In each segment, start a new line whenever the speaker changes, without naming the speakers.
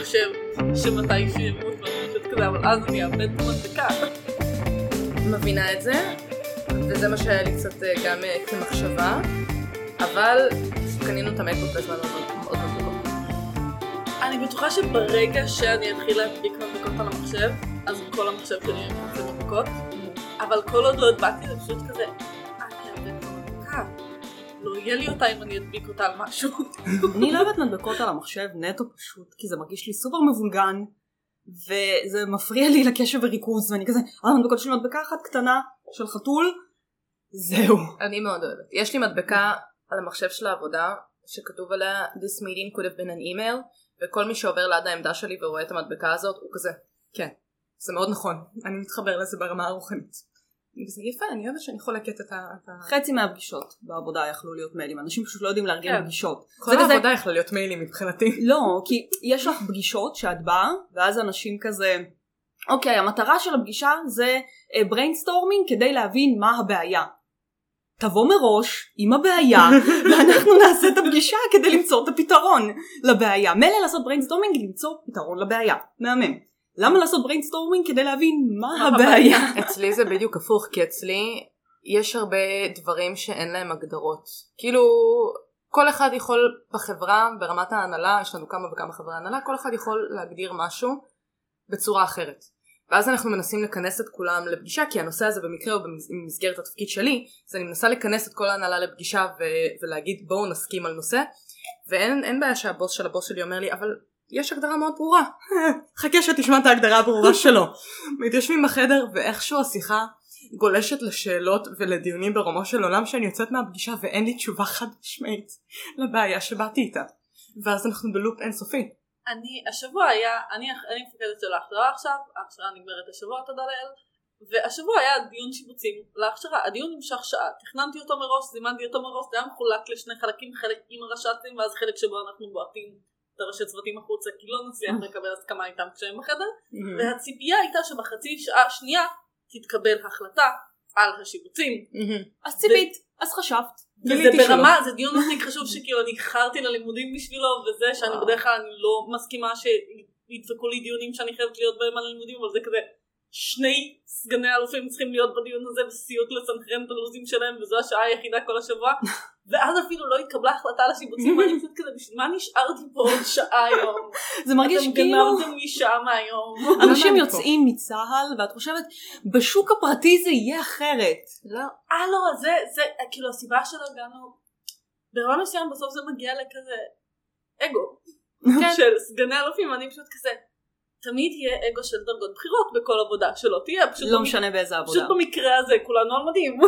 חושב שמתישהו ימות ואני חושבת כזה, אבל אז אני אאבד את המדבקה.
מבינה את זה, וזה מה שהיה לי קצת אה, גם אה, כמחשבה, אבל קנינו את המקבוק בזמן מאוד מאוד מאוד טוב.
אני בטוחה שברגע שאני אתחיל להדביק מדבקות על המחשב, אז כל המחשב שלי יהיה מדבקות, אבל כל עוד לא הדבקתי זה פשוט כזה, אני אאבד את המדבקה. לא יהיה לי אותה אם אני אדביק אותה על משהו.
אני לא אוהבת מדבקות על המחשב נטו פשוט, כי זה מרגיש לי סופר מבולגן, וזה מפריע לי לקשב וריכוז, ואני כזה, אה, המדבקות שלי מדבקה אחת קטנה של חתול, זהו.
אני מאוד אוהבת. יש לי מדבקה על המחשב של העבודה, שכתוב עליה This meeting could have been an email, וכל מי שעובר ליד העמדה שלי ורואה את המדבקה הזאת, הוא כזה, כן, זה מאוד נכון, אני מתחבר לזה ברמה הרוחנית. אני כזה יפה, אני אוהבת שאני חולקת את ה... את ה-
חצי מהפגישות בעבודה יכלו להיות מיילים, אנשים פשוט לא יודעים לארגן
כן.
פגישות.
כל
זה כזה-
העבודה יכלה להיות מיילים מבחינתי.
לא, כי יש לך פגישות שאת באה, ואז אנשים כזה, אוקיי, המטרה של הפגישה זה אה, בריינסטורמינג כדי להבין מה הבעיה. תבוא מראש עם הבעיה,
לא.
ואנחנו נעשה את הפגישה כדי למצוא את הפתרון לבעיה. מילא לעשות בריינסטורמינג למצוא פתרון לבעיה. מהמם. למה לעשות בריינסטורמינג כדי להבין מה הבעיה?
אצלי זה בדיוק הפוך, כי אצלי יש הרבה דברים שאין להם הגדרות. כאילו, כל אחד יכול בחברה, ברמת ההנהלה, יש לנו כמה וכמה חברי הנהלה, כל אחד יכול להגדיר משהו בצורה אחרת. ואז אנחנו מנסים לכנס את כולם לפגישה, כי הנושא הזה במקרה הוא במס- במסגרת התפקיד שלי, אז אני מנסה לכנס את כל ההנהלה לפגישה ו- ולהגיד בואו נסכים על נושא, ואין אין בעיה שהבוס של הבוס שלי אומר לי, אבל יש הגדרה מאוד ברורה. חכה שתשמע את ההגדרה הברורה שלו. מתיישבים בחדר ואיכשהו השיחה גולשת לשאלות ולדיונים ברומו של עולם שאני יוצאת מהפגישה ואין לי תשובה חד משמעית לבעיה שבאתי איתה. ואז אנחנו בלופ אינסופי.
אני, השבוע היה, אני, אני מפקדת של ההכשרה עכשיו, ההכשרה נגמרת השבוע, תודה לאל, והשבוע היה דיון שיבוצים להכשרה, הדיון נמשך שעה, תכננתי אותו מראש, זימנתי אותו מראש, זה היה מחולק לשני חלקים, חלק עם הרש"צים ואז חלק שבו אנחנו בועטים את הראשי צוותים החוצה, כי לא נצליח לקבל הסכמה איתם כשהם בחדר, והציפייה הייתה שבחצי שעה השנייה תתקבל החלטה על השיבוצים,
אז ציפית, אז חשבת.
וזה
גיליתי שלא.
ברמה, זה דיון מספיק חשוב שכאילו אני איחרתי ללימודים בשבילו וזה שאני
וואו.
בדרך כלל אני לא מסכימה שידפקו לי דיונים שאני חייבת להיות בהם על הלימודים אבל זה כזה שני סגני אלופים צריכים להיות בדיון הזה וסיוט לסנכרן את הלו"זים שלהם וזו השעה היחידה כל השבוע ואז אפילו לא התקבלה החלטה על השיבוצים ואני חושבת כזה בשביל מה נשארתי פה עוד שעה היום?
זה מרגיש
אתם
כאילו...
גנבתם לי שעה מהיום
כן
אנשים
אני פה?
יוצאים מצה"ל ואת חושבת בשוק הפרטי זה יהיה אחרת.
לא.
אה לא, זה, זה, כאילו הסיבה שלא הגענו, ברמה מסוים בסוף זה מגיע לכזה אגו
כן.
של סגני אלופים, אני פשוט כזה, תמיד יהיה אגו של דרגות בחירות בכל עבודה שלא תהיה, פשוט,
לא
במק-
משנה באיזה
פשוט
עבודה.
במקרה הזה כולנו על מדים.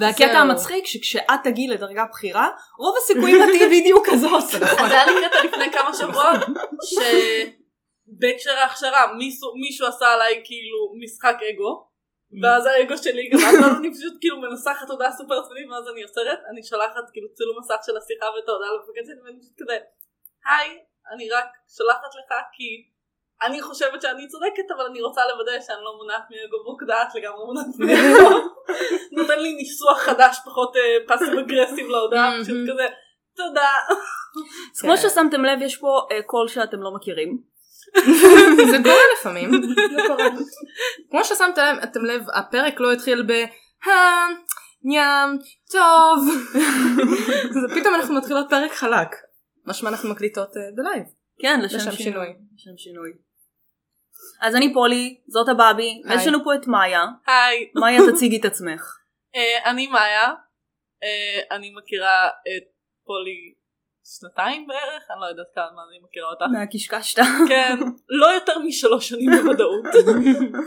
והקטע
זהו.
המצחיק שכשאת תגיעי לדרגה בכירה רוב הסיכויים את תהיי בדיוק כזאת.
אז היה לי קטע לפני כמה שבועות, שבהקשר ההכשרה מישהו, מישהו עשה עליי כאילו משחק אגו, ואז האגו שלי גמר, ואז אני פשוט כאילו מנסחת הודעה סופר עצמית, ואז אני עוצרת, אני שולחת כאילו צילום מסך של השיחה ואת ההודעה למפקד שלי, ואני פשוט כזה, היי, אני רק שולחת לך כי אני חושבת שאני צודקת, אבל אני רוצה לוודא שאני לא מונעת מאגו ברוק דעת, לגמרי מונעת מאגו. נותן לי ניסוח חדש, פחות פאסיב אגרסיב להודעה, פשוט כזה, תודה.
אז כמו ששמתם לב יש פה אה, קול שאתם לא מכירים.
זה קורה לפעמים. כמו ששמתם לב- אתם לב, הפרק לא התחיל ב... "אה, ים, טוב. זה פתאום אנחנו מתחילות פרק חלק. משמע אנחנו מקליטות אה, בלייב.
כן
לשם שינוי.
לשם שינוי. אז אני פולי זאת הבאבי
היי.
יש לנו פה את מאיה.
היי,
מאיה תציגי את עצמך.
אה, אני מאיה, אה, אני מכירה את פולי שנתיים בערך, אני לא יודעת כמה אני מכירה אותך,
מהקשקשת.
כן, לא יותר משלוש שנים בוודאות,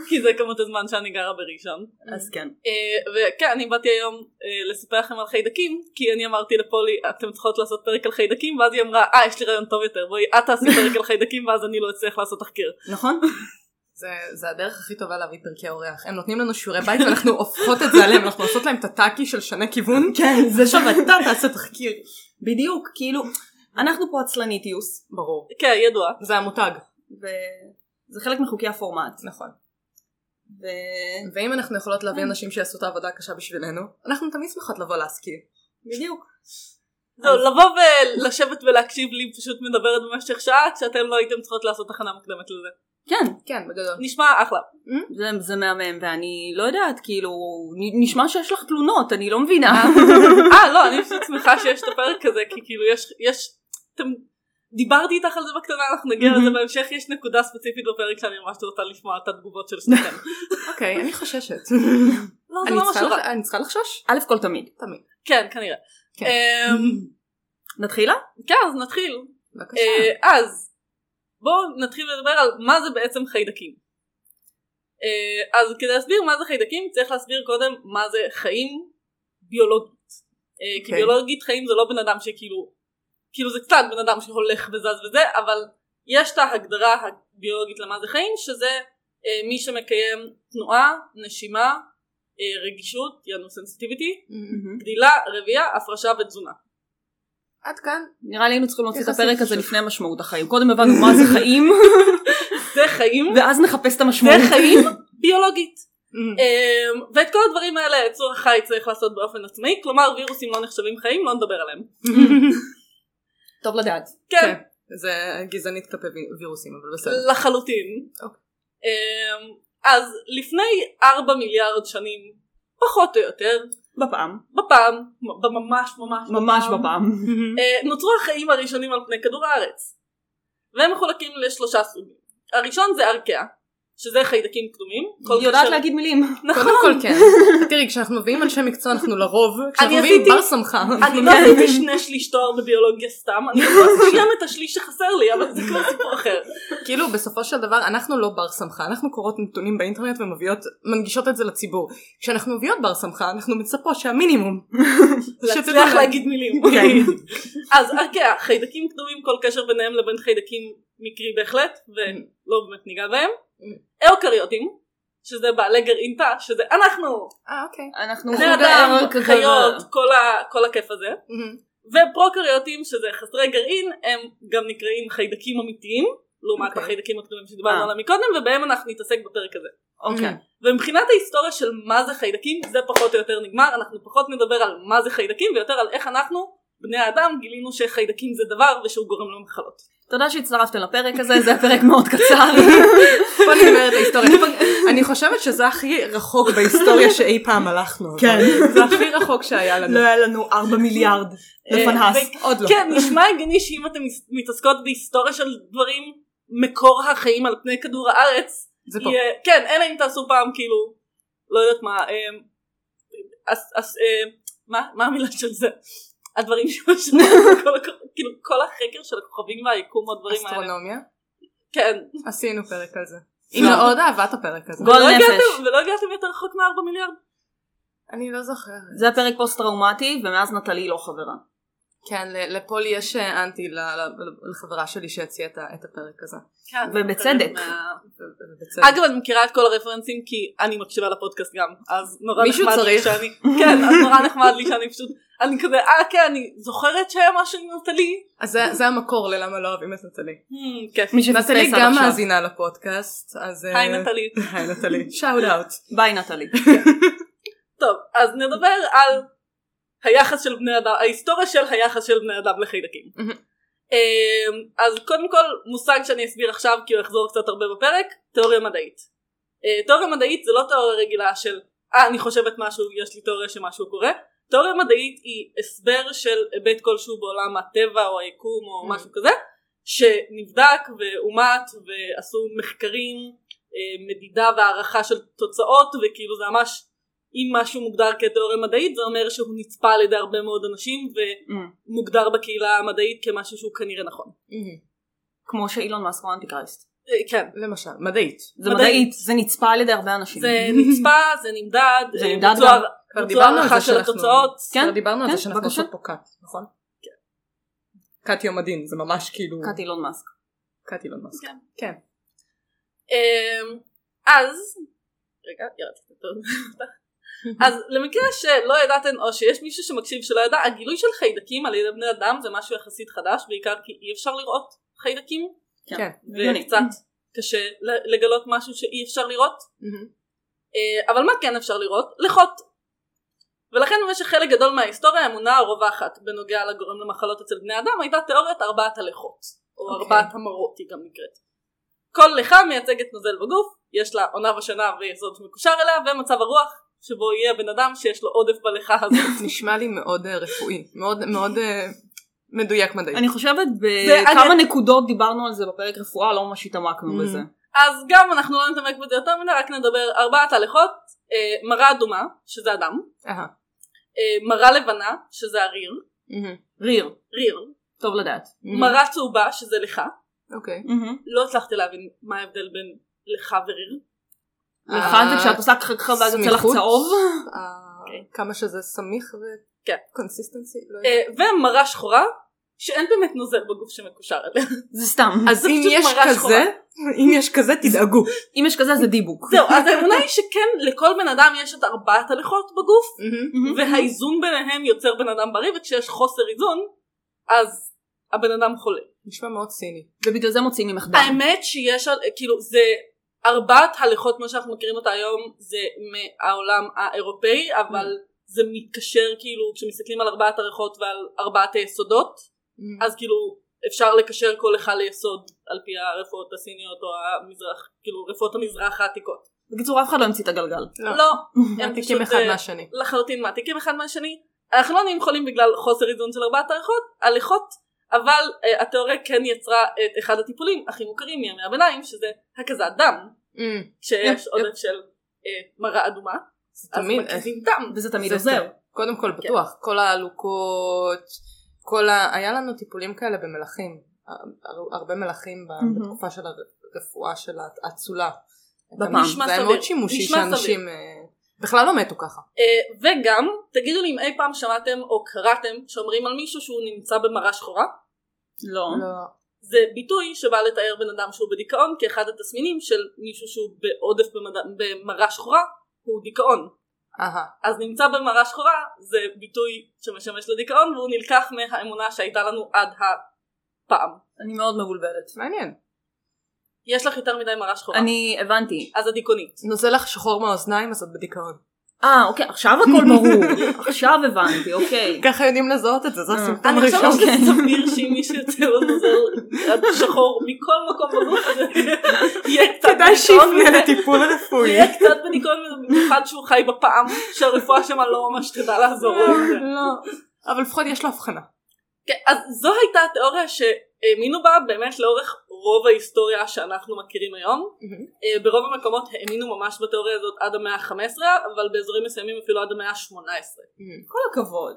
כי זה כמות הזמן שאני גרה בראשון.
אז כן.
אה, וכן, אני באתי היום אה, לספר לכם על חיידקים, כי אני אמרתי לפולי, אתם צריכות לעשות פרק על חיידקים, ואז היא אמרה, אה, יש לי רעיון טוב יותר, בואי, את תעשי פרק על חיידקים, ואז אני לא אצליח לעשות תחקיר.
נכון?
זה, זה הדרך הכי טובה להביא פרקי אורח. הם נותנים לנו שיעורי בית ואנחנו הופכות את זה עליהם, אנחנו עושות להם את הטאקי של שני כיוון.
כן זה שם אתה תעשה תחקיר. בדיוק כאילו אנחנו פה עצלניטיוס.
ברור.
כן, ידוע.
זה המותג.
וזה חלק מחוקי הפורמט.
נכון.
ו...
ואם אנחנו יכולות להביא אנשים שיעשו את העבודה הקשה בשבילנו, אנחנו תמיד שמחות לבוא להסכים.
בדיוק.
זהו, לבוא ולשבת ולהקשיב לי פשוט מדברת במשך שעה, כשאתם לא הייתם צריכות לעשות הכנה מוקדמת לזה.
כן,
כן, בגדול.
נשמע אחלה.
זה, זה מהמם, ואני לא יודעת, כאילו, נ- נשמע שיש לך תלונות, אני לא מבינה.
אה, לא, אני פשוט שמחה שיש את הפרק הזה, כי כאילו יש, יש, אתם, דיברתי איתך על זה בקטנה, אנחנו נגיע לזה בהמשך, יש נקודה ספציפית בפרק שאני ממש רוצה לשמוע את התגובות של שניכם.
אוקיי, אני חששת.
לא, זה
אני
לא
צריכה
משהו רע.
לח- אני צריכה לחשוש?
א' כל תמיד.
תמיד.
כן, כנראה.
כן.
אמ,
נתחילה?
כן, אז נתחיל.
בבקשה.
אה, אז בואו נתחיל לדבר על מה זה בעצם חיידקים. אה, אז כדי להסביר מה זה חיידקים צריך להסביר קודם מה זה חיים ביולוגית. אה, כי
אוקיי.
ביולוגית חיים זה לא בן אדם שכאילו, כאילו זה קצת בן אדם שהולך וזז וזה, אבל יש את ההגדרה הביולוגית למה זה חיים שזה אה, מי שמקיים תנועה, נשימה, אה, רגישות, יענו סנסיטיביטי, גדילה, רבייה, הפרשה ותזונה.
עד כאן.
נראה לי היינו צריכים להוציא את
יחסית
הפרק הזה
פשוט.
לפני משמעות החיים. קודם הבנו מה זה חיים,
זה חיים,
ואז נחפש את
זה
המשמעות.
חיים ביולוגית.
אה,
אמ, ואת כל הדברים האלה יצור החי צריך לעשות באופן עצמאי, כלומר וירוסים לא נחשבים חיים, לא נדבר עליהם.
טוב לדעת.
כן,
כן. זה גזענית כלפי וי- וירוסים, אבל בסדר.
לחלוטין.
אוקיי.
אמ, אז לפני 4 מיליארד שנים, פחות או יותר,
בפעם.
בפעם, בממש ממש
ממש בפעם.
אה, נוצרו החיים הראשונים על פני כדור הארץ. והם מחולקים לשלושה סוגים. הראשון זה ארקאה, שזה חיידקים קדומים. כל
יודעת
כאשר-
להגיד מילים.
קודם כל כן. תראי, כשאנחנו מביאים אנשי מקצוע אנחנו לרוב, כשאנחנו
אני
מביאים
עשיתי-
בר סמכה.
אני לא עשיתי שני שליש תואר בביולוגיה סתם, אני לא מסוים את השליש שחסר לי, אבל זה כבר סיפור אחר.
כאילו בסופו של דבר אנחנו לא בר סמכה אנחנו קוראות נתונים באינטרנט ומביאות מנגישות את זה לציבור כשאנחנו מביאות בר סמכה אנחנו מצפות שהמינימום
להצליח
שתדע-
להגיד אוקיי. מילים.
כן.
אז אה, ארקאה, חיידקים קדומים, כל קשר ביניהם לבין חיידקים מקרי בהחלט, ולא באמת ניגע בהם. אאוקריוטים, שזה בעלי גרעין תא, שזה אנחנו,
אה אוקיי
אנחנו
בני
חוג
אדם,
ה- כזה-
חיות, כל ה- כל הכיף הזה.
מהמם.
ופרוקריוטים, שזה חסרי גרעין, הם גם נקראים חיידקים אמיתיים, לעומת
אוקיי.
החיידקים הקדומים שדיברנו
אה.
עליהם מקודם, ובהם אנחנו נתעסק בפרק הזה.
אוקיי.
ומבחינת ההיסטוריה של מה זה חיידקים זה פחות או יותר נגמר אנחנו פחות נדבר על מה זה חיידקים ויותר על איך אנחנו בני האדם גילינו שחיידקים זה דבר ושהוא גורם למחלות.
תודה שהצטרפתם לפרק הזה, זה היה פרק מאוד קצר.
בוא נגמר את ההיסטוריה אני חושבת שזה הכי רחוק בהיסטוריה שאי פעם הלכנו אבל
כן.
זה הכי רחוק שהיה לנו
לא היה לנו 4 מיליארד
לפנהס.
עוד לא.
כן נשמע הגיוני שאם אתם מס- מתעסקות בהיסטוריה של דברים מקור החיים על פני כדור הארץ
זה פה
יהיה, כן אלא אם תעשו פעם כאילו לא יודעת מה אמ, אז- אז, אמ, מה מה המילה של זה הדברים שמשמעים כל הכ- כאילו כל החקר של הכוכבים והיקום הדברים האלה
אסטרונומיה
כן
עשינו פרק על זה
לא.
הנה עוד אהבה את הפרק הזה
גול
ולא
נפש.
הגעתם- ולא הגעתם יותר רחוק מארבע מיליארד?
אני לא זוכרת
זה הפרק פוסט טראומטי, ומאז נטלי לא חברה.
כן ל- לפולי יש אה, אנטי ל- ל- לחברה שלי שהציעה את ה- את הפרק הזה
ובצדק.
ובצדק.
אגב, אני מכירה את כל הרפרנסים כי אני מקשיבה לפודקאסט גם, אז נורא
מישהו
נחמד לי
צריך.
שאני... כן, אז נורא נחמד לי שאני פשוט... אני כזה, אה כן, אני זוכרת שהיה משהו עם נטלי.
אז זה, זה המקור ללמה לא אוהבים את נטלי.
Hmm, כיף.
מי שפספס
נטלי
עד
גם
עכשיו.
מאזינה לפודקאסט, אז... אה,
היי נטלי.
היי נטלי. שאוט אאוט.
ביי נטלי.
טוב, אז נדבר על היחס של בני אדם, ההיסטוריה של היחס של בני אדם לחיידקים.
מהמם.
אמ, אז קודם כל מושג שאני אסביר עכשיו כי הוא יחזור קצת הרבה בפרק, תיאוריה מדעית. אה, תיאוריה מדעית זה לא תיאוריה רגילה של אה אני חושבת משהו, יש לי תיאוריה שמשהו קורה. תיאוריה מדעית היא הסבר של היבט כלשהו בעולם הטבע או היקום או
Mm.
משהו כזה, שנבדק ואומת ועשו מחקרים, אה, מדידה והערכה של תוצאות וכאילו זה ממש אם משהו מוגדר כתיאוריה מדעית זה אומר שהוא נצפה על ידי הרבה מאוד אנשים
Mm.
ומוגדר בקהילה המדעית כמשהו שהוא כנראה נכון.
כמו שאילון מאסק הוא אנטיקריסט.
אה, כן.
למשל, מדעית.
זה
מדעית.
מדעית, זה נצפה על ידי הרבה
כן.
אנשים.
זה נצפה, זה נמדד,
זה
אה,
נמדד
בוצוע-
גם.
כבר
בוצוע
דיברנו על
הערכה
זה
של
שאנחנו-
התוצאות.
כן,
כבר דיברנו על
כן,
זה שאנחנו
בבקשה.
עושות פה קאט, נכון? קאט יום הדין, זה ממש כאילו...
קאט אילון מאסק.
קאט אילון מאסק.
כן.
כן.
אמ, אז, רגע, ירדתי את הטון. אז למקרה שלא ידעתן או שיש מישהו שמקשיב שלא ידע, הגילוי של חיידקים על ידי בני אדם זה משהו יחסית חדש, בעיקר כי אי אפשר לראות חיידקים,
כן.
הגיוני.
וקצת קשה ל- לגלות משהו שאי אפשר לראות.
מהמם.
אה, אבל מה כן אפשר לראות? לחות. ולכן במשך חלק גדול מההיסטוריה האמונה הרווחת בנוגע לגורם למחלות אצל בני אדם הייתה תיאוריית ארבעת הלכות, או
אוקיי.
ארבעת המרות היא גם נקראת. כל לך מייצגת נוזל בגוף, יש לה עונה ושנה ויסוד שמקושר אליה, ומצב הרוח שבו יהיה הבן אדם שיש לו עודף בלכה הזאת.
נשמע לי מאוד אה, רפואי, מאוד מאוד אה, מדויק מדעי.
אני חושבת
זה-
בכמה נקודות דיברנו על זה בפרק רפואה, לא ממש התעמקנו
Mm.
בזה.
אז גם אנחנו לא נתעמק בזה יותר מדי, רק נדבר ארבעת הלכות, אה, מרה אדומה, שזה אדם,
אהה.
אה, מרה לבנה, שזה הריר,
מהמם.
ריר,
ריר,
טוב לדעת.
מהמם.
מרה צהובה, שזה לך,
אוקיי.
לא הצלחתי להבין מה ההבדל בין לך וריר.
אה, אחד זה כשאת עושה חתיכה ואז יוצא לך
סמיכות.
צהוב.
אה,
אוקיי.
כמה שזה סמיך
כן.
וקונסיסטנסי. לא יודעת.
אה, ומרה שחורה, שאין באמת נוזל בגוף שמקושר אליה.
זה סתם.
אז
זה
אם
פשוט
יש
מראה שחורה.
כזה, אם יש כזה תדאגו.
אם יש כזה זה דיבוק.
זהו, אז האמונה היא שכן, לכל בן אדם יש את ארבעת הלכות בגוף,
מהמם.
מהמם.
והאיזון ביניהם יוצר בן אדם בריא, וכשיש חוסר איזון, אז הבן אדם חולה.
נשמע מאוד ציני.
ובגלל זה מוציאים ממך דם.
האמת שיש, על- כאילו, זה ארבעת הלכות, מה שאנחנו מכירים אותה היום, זה מהעולם האירופאי, אבל זה מתקשר, כאילו, כשמסתכלים על ארבעת הלכות ועל ארבעת היסודות, אז כאילו אפשר לקשר כל אחד ליסוד על פי הרפואות הסיניות או המזרח, כאילו רפואות המזרח העתיקות.
בקיצור אף אחד לא המציא את הגלגל.
לא.
לא,
הם
הם
מעתיקים
פשוט,
אחד
אה,
מהשני.
לחלוטין מעתיקים אחד מהשני. אנחנו לא נהיים חולים בגלל חוסר איזון של ארבעת הלכות, הלכות, אבל uh, התיאוריה כן יצרה את אחד הטיפולים הכי מוכרים מימי הביניים, שזה הקזת דם,
מהמם.
כשיש
יפ,
עודף של uh, מראה אדומה,
זה
אז
תמיד,
מקזים דם.
וזה תמיד
זה
עוזר.
טוב. קודם כל בטוח, כל העלוקות, כל ה... היה לנו טיפולים כאלה במלחים, הר- הרבה מלחים ב-
Mhm.
בתקופה של הרפואה של האצולה.
בפעם.
נשמע
זה היה
סביר.
מאוד שימושי
נשמע סביר.
שאנשים אה, בכלל לא מתו ככה.
Uh, וגם, תגידו לי אם אי פעם שמעתם או קראתם שאומרים על מישהו שהוא נמצא במראה שחורה.
לא.
זה ביטוי שבא לתאר בן אדם שהוא בדיכאון כאחד התסמינים של מישהו שהוא בעודף במד... במראה שחורה הוא דיכאון.
אהה.
אז נמצא במראה שחורה זה ביטוי שמשמש לדיכאון והוא נלקח מהאמונה שהייתה לנו עד הפעם.
אני מאוד מבולבלת.
מעניין.
יש לך יותר מדי מראה שחורה.
אני הבנתי.
אז הדיכאונית.
נוזל לך שחור מהאוזניים אז את בדיכאון.
אה אוקיי עכשיו הכל ברור. עכשיו הבנתי אוקיי.
ככה יודעים לזהות את זה, זה
אה.
הסימפטום
אני חושבת
הראשון.
שזה סביר שאם מישהו יוצא לו נוזל עד שחור מכל מקום בגוף הזה יהיה קצת
כדאי
בדיכאון.
שיפנה לטיפול רפואי.
יהיה קצת בדיכאון במיוחד שהוא חי בפעם שהרפואה שמה לא ממש תדע לעזור לו.
לא. אבל לפחות יש לו הבחנה.
כן, אז זו הייתה התיאוריה שהאמינו בה באמת לאורך רוב ההיסטוריה שאנחנו מכירים היום. אה, ברוב המקומות האמינו ממש בתיאוריה הזאת עד המאה ה-15, אבל באזורים מסוימים אפילו עד המאה ה-18.
כל הכבוד.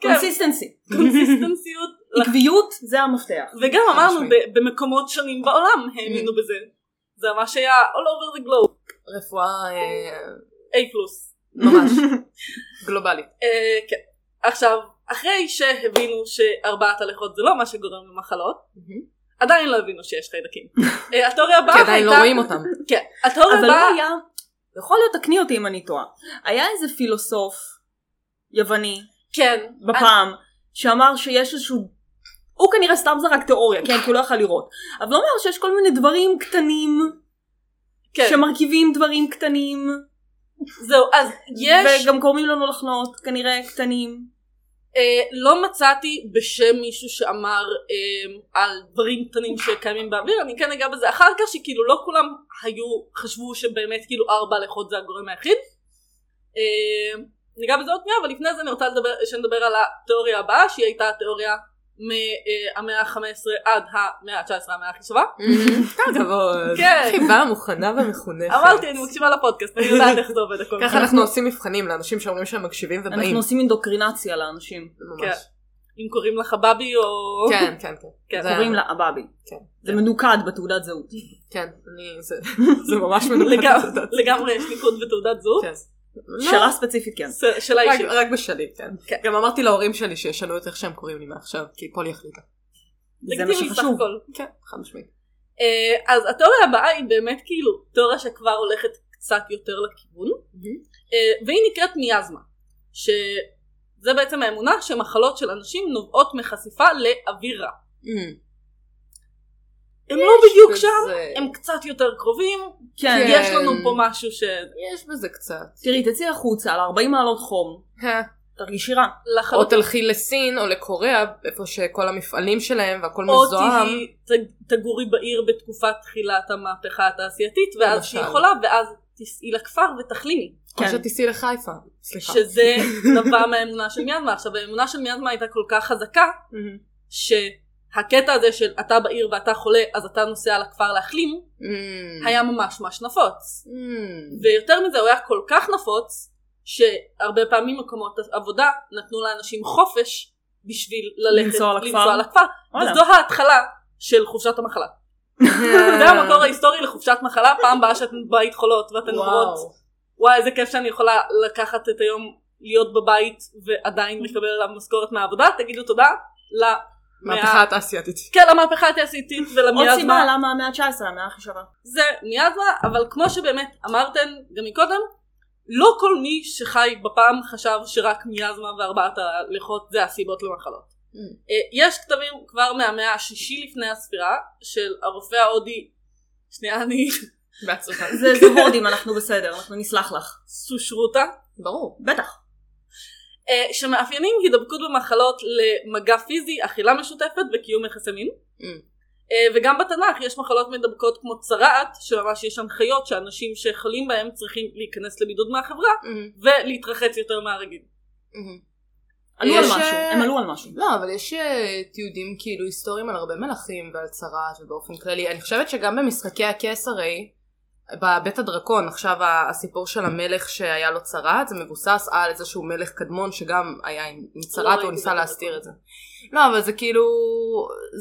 כן.
קונסיסטנסי.
קונסיסטנסיות. לח-
עקביות זה המפתח.
וגם
חד
אמרנו
משמעית. Mm.
ב- במקומות שונים בעולם האמינו בזה. זה ממש היה all over the globe,
רפואה אה,
A פלוס.
ממש גלובלית.
אה, כן. עכשיו, אחרי שהבינו שארבעת הלכות זה לא מה שגורם למחלות, עדיין לא הבינו שיש חיידקים. אה, התיאוריה הבאה
כי
הייתה...
עדיין לא רואים אותם.
כן, התיאוריה
אבל לא
הבאה...
היה, יכול להיות תקני אותי אם אני טועה, היה איזה פילוסוף יווני
כן.
בפעם שאמר שיש איזשהו, הוא כנראה סתם זרק תיאוריה, כן, כי הוא לא יכל לראות, אבל הוא אמר שיש כל מיני דברים קטנים
כן.
שמרכיבים דברים קטנים,
זהו, אז יש...
וגם גורמים לנו לחנות כנראה קטנים.
אה, לא מצאתי בשם מישהו שאמר אה, על דברים קטנים שקיימים באוויר, אני כן אגע בזה אחר כך, שכאילו לא כולם היו, חשבו שבאמת כאילו ארבע הלכות זה הגורם היחיד. אה, ניגע בזה עוד שנייה, אבל לפני זה אני רוצה לדבר, שנדבר על התיאוריה הבאה, שהיא הייתה התיאוריה מהמאה ה-15 עד המאה ה-19, המאה הכי שווה.
כל הכבוד.
כן.
חיבה מוכנה ומחונכת.
אמרתי, אני מקשיבה לפודקאסט, אני יודעת איך זה עובד הכל.
ככה אנחנו עושים מבחנים לאנשים שאומרים שהם מקשיבים ובאים.
אנחנו עושים אינדוקרינציה לאנשים.
ממש.
כן. אם קוראים לך בבי או...
כן, כן, כן.
כן,
זה-
קוראים לה אבאבי.
כן.
זה מנוקד בתעודת זהות.
כן, אני- זה- זה ממש מנוגד.
לגמ- לגמרי יש ניקוד ותעודת זהות.
כן. לא,
שאלה ספציפית כן.
ש- שאלה
רק-
אישית.
רק בשלי, כן. גם אמרתי להורים שלי שישנו את איך שהם קוראים לי מעכשיו, כי פול יחליטה.
זה מה
לגיטימי סך
שחשוב.
הכל.
כן, חד משמעית.
אה, אז התיאוריה הבאה היא באמת כאילו תיאוריה שכבר הולכת קצת יותר לכיוון, אה, והיא נקראת מיאזמה, שזה בעצם האמונה שמחלות של אנשים נובעות מחשיפה לאוויר רע. הם לא בדיוק שם,
בזה-
הם קצת יותר קרובים,
כן.
כן.
יש לנו פה משהו
יש בזה קצת.
תראי, תצאי החוצה על 40 מעלות חום, תרגישי רע.
או
שלחלוטין
תלכי לסין או לקוריאה, איפה שכל המפעלים שלהם והכל
או
מזוהם.
תהיי, ת- תגורי בעיר בתקופת תחילת המהפכה התעשייתית, ואז
למשל.
שהיא חולה, ואז תיסעי לכפר ותחלימי.
או
כן.
שתיסעי לחיפה. סליחה.
שזה נבע מהאמונה של מיאנמה. עכשיו, האמונה של מיאנמה הייתה כל כך חזקה,
מהמם.
שהקטע הזה של אתה בעיר ואתה חולה, אז אתה נוסע לכפר להחלים,
מהמם.
היה ממש ממש נפוץ.
מהמם.
ויותר מזה, הוא היה כל כך נפוץ, שהרבה פעמים מקומות עבודה נתנו לאנשים חופש בשביל ללכת,
לנסוע לכפר.
לנסוע לכפר.
וואלה.
וזו ההתחלה של חופשת המחלה.
אה.
זה המקור ההיסטורי לחופשת מחלה, פעם הבאה שאתן בבית חולות ואתן אומרות,
וואו.
וואי איזה כיף שאני יכולה לקחת את היום להיות בבית ועדיין לקבל עליו משכורת מהעבודה, תגידו תודה
מהפכה
למאה...
התעשייתית.
כן, למהפכה התעשייתית
עוד סיבה
ולמיאזמה,
למה המאה ה-19 המאה הכי שווה.
זה מיאזמה, אבל כמו שבאמת אמרתן גם מקודם, לא כל מי שחי בפעם חשב שרק מיאזמה וארבעת הלכות זה הסיבות למחלות. אה, יש כתבים כבר מהמאה השישי לפני הספירה של הרופא ההודי, שנייה אני
בהצלחה.
זה זה הורדים, אנחנו בסדר, אנחנו נסלח לך.
סושרוטה,
ברור.
בטח.
אה, שמאפיינים הידבקות במחלות למגע פיזי, אכילה משותפת וקיום יחסי מין. אה, וגם בתנ"ך יש מחלות מדבקות כמו צרעת, שממש יש הנחיות שאנשים שחולים בהם צריכים להיכנס לבידוד מהחברה
מהמם.
ולהתרחץ יותר מהרגיל.
מהמם.
עלו על
יש,
משהו,
אה,
הם עלו על משהו.
לא, אבל יש אה, תיעודים כאילו היסטוריים על הרבה מלכים ועל צרעת ובאופן כללי. אני חושבת שגם במשחקי הכס הרי, בבית הדרקון, עכשיו ה- הסיפור של המלך שהיה לו צרעת, זה מבוסס על איזשהו מלך קדמון שגם היה עם עם צרעת,
ראיתי
הוא ניסה
בית
להסתיר
הדרקון.
את זה. לא, אבל זה כאילו...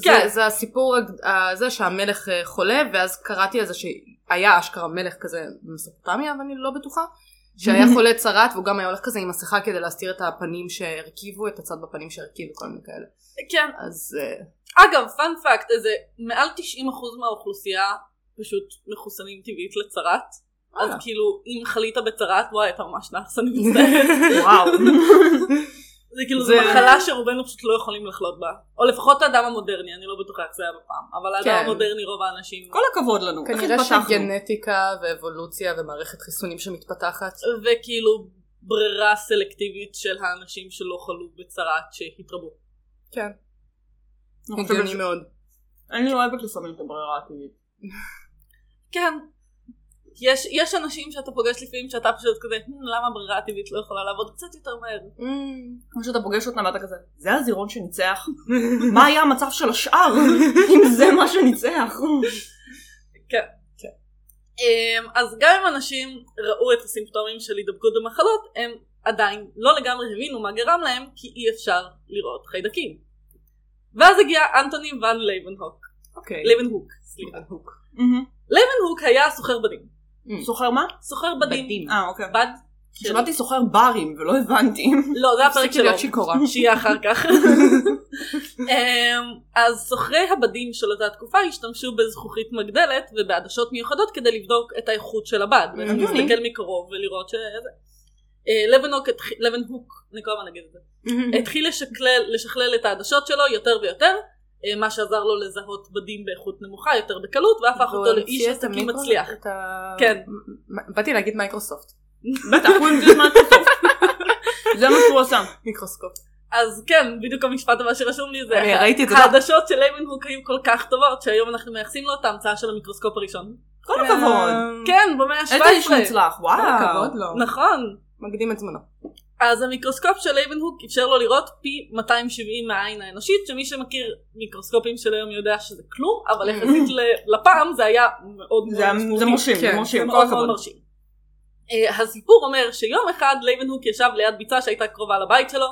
כן.
זה, זה הסיפור הג- הזה שהמלך אה, חולה, ואז קראתי על זה שהיה אשכרה מלך כזה במספטמיה, אבל אני לא בטוחה. שהיה חולה צרעת והוא גם היה הולך כזה עם מסכה כדי להסתיר את הפנים שהרכיבו, את הצד בפנים שהרכיב וכל מיני כאלה.
כן.
אז אה,
אגב, פאנפקט, איזה מעל 90% מהאוכלוסייה פשוט מחוסנים טבעית לצרעת. אז
וואלה.
כאילו, אם חלית בצרעת, וואי, אתה ממש נאחס, אני מצטערת.
אה,
וואו.
זה כאילו, זו
זה-
מחלה שרובנו פשוט לא יכולים לחלות בה. או לפחות האדם המודרני, אני לא בטוחה איך זה היה בפעם. אבל האדם
כן.
המודרני, רוב האנשים...
כל הכבוד לנו, איך
כנראה
התפתחנו.
שגנטיקה ואבולוציה ומערכת חיסונים שמתפתחת.
וכאילו, ברירה סלקטיבית של האנשים שלא חלו בצרעת שהתרבו.
כן.
אני חושבת
הגיוני
ש-
מאוד.
אני לא אוהבת לפעמים את הברירה הטבעית.
כן. יש, יש אנשים שאתה פוגש לפעמים שאתה פשוט כזה, "הם, למה הברירה הטבעית לא יכולה לעבוד קצת יותר מהר? Mm.
כמו שאתה פוגש אותם ואתה כזה, זה הזירון שניצח? מה היה המצב של השאר? אם זה מה שניצח?
אמ, אז גם אם אנשים ראו את הסימפטומים של הידבקות במחלות, הם עדיין לא לגמרי הבינו מה גרם להם, כי אי אפשר לראות חיידקים. ואז הגיע אנטוני ון לייבנהוק,
אוקיי.
לייבנהוק, סליחה. לייבנהוק היה סוחר בדים.
סוחר מה?
סוחר בדים.
בדים.
אה, אוקיי.
בד? של-
שמעתי סוחר ברים ולא הבנתי.
לא, זה הפרק
תפסיקי להיות
שלו.
שיכורה.
שיהיה אחר כך. אמ, אז סוחרי הבדים של אותה תקופה השתמשו בזכוכית מגדלת ובעדשות מיוחדות כדי לבדוק את האיכות של הבד. בעצם
הגיוני.
להסתכל מקרוב ולראות ש... זה. אה, לבנהוק התח- לבנהוק, אני כל הזמן אגיד את זה,
Mm-hmm.
התחיל לשקלל, לשכלל את העדשות שלו יותר ויותר, אה, מה שעזר לו לזהות בדים באיכות נמוכה יותר בקלות, והפך אותו
והוא
לאיש
המציא את
עסקים
המיקרו-
מצליח.
את ה-
כן.
מ- באתי להגיד מייקרוסופט.
בטח, הוא המציא את מייקרוסופט. זה מה שהוא עשה.
מיקרוסקופ.
אז כן, בדיוק המשפט הבא שרשום לי זה,
אני ראיתי את זה.
העדשות של לייבנהוק היו כל כך טובות, שהיום אנחנו מייחסים לו את ההמצאה של המיקרוסקופ הראשון.
כל הכבוד.
אמ,
כן, במאה
איזה איש
ה-17.
מוצלח,
אה, כל
וואו.
הכבוד לו.
נכון.
מקדים את זמנו.
אז המיקרוסקופ של לייבנהוק אפשר לו לראות פי 270 מהעין האנושית, שמי שמכיר מיקרוסקופים של היום יודע שזה כלום, אבל יחסית ל- לפעם זה היה מאוד מאוד
Mm. זה היה- זה
משמעותי.
מרשים, זה
כן,
זה
מרשים, כל
מאוד מאוד
הכבוד.
מרשים. אה, הסיפור אומר שיום אחד לייבנהוק ישב ליד ביצה שהייתה קרובה לבית שלו,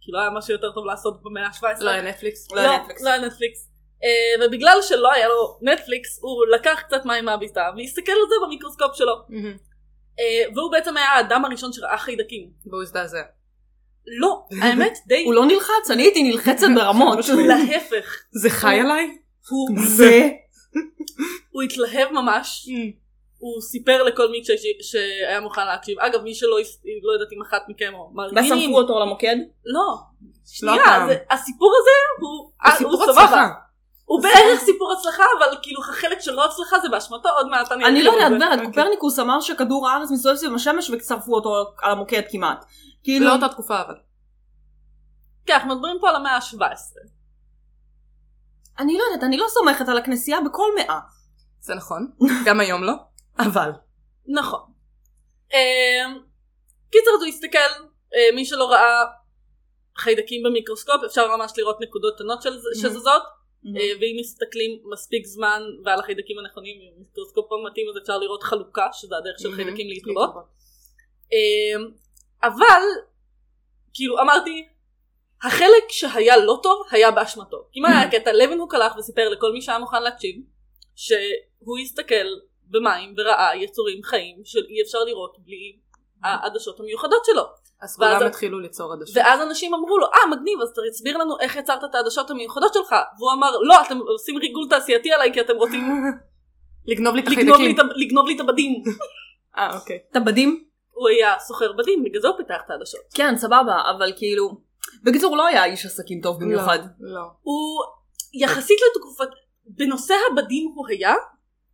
כי לא היה משהו יותר טוב לעשות במאה ה-17.
לא, נטפליקס.
לא היה נטפליקס.
לא היה נטפליקס. אה, ובגלל שלא היה לו נטפליקס, הוא לקח קצת מים מהביצה והסתכל על זה במיקרוסקופ שלו. אה, והוא בעצם היה האדם הראשון שראה חיידקים.
והוא הזדעזע.
לא, האמת די,
הוא לא נלחץ, אני הייתי נלחצת ברמות.
להפך,
זה חי עליי?
הוא-
זה.
הוא התלהב ממש,
Mm.
הוא סיפר לכל מי ש- שהיה מוכן להקשיב. אגב, מי שלא, הס- לא יודעת אם אחת מכם או מארגנים,
וסמכו אותו למוקד?
לא,
לא
שנייה,
הפעם.
זה- הסיפור הזה הוא, הוא
הסיפור
סבבה,
הצלחה.
הוא בערך סיפור הצלחה, אבל כאילו החלק של לא הצלחה זה באשמתו, עוד מעט אני... אוקיי.
אני לא
ארחיב
יודעת,
על זה.
ורד, קופרניקוס אמר שכדור הארץ מסתובב סביב השמש וצרפו אותו על המוקד כמעט. כאילו,
לא אותה תקופה אבל.
כן, אנחנו מדברים פה על המאה ה-17.
אני לא יודעת, אני לא סומכת על הכנסייה בכל מאה.
זה נכון. גם היום לא.
אבל.
נכון. אמ, קיצר אז הוא הסתכל, אה, מי שלא ראה חיידקים במיקרוסקופ אפשר ממש לראות נקודות קטנות של- שזזות אה, ואם מסתכלים מספיק זמן ועל החיידקים הנכונים עם מיקרוסקופ המתאים אז אפשר לראות חלוקה שזה הדרך של חיידקים להתרבות אמ, אבל כאילו אמרתי החלק שהיה לא טוב היה באשמתו כי מה היה הקטע לבנהוק הלך וסיפר לכל מי שהיה מוכן להקשיב שהוא הסתכל במים וראה יצורים חיים שאי אפשר לראות בלי העדשות המיוחדות שלו
אז
ואז-
כולם התחילו ליצור עדשות.
ואז אנשים אמרו לו אה מגניב אז תסביר לנו איך יצרת את העדשות המיוחדות שלך והוא אמר לא אתם עושים ריגול תעשייתי עליי כי אתם רוצים
לגנוב לי את
לגנוב לי
החיידקים.
את ה- לגנוב לי את הבדים
אה אוקיי.
אתה בדים?
הוא היה סוחר בדים בגלל זה הוא פיתח את העדשות
כן, סבבה, אבל כאילו... בקיצור, הוא לא היה איש עסקים טוב במיוחד.
לא. לא.
הוא יחסית לתקופת... בנושא הבדים הוא היה,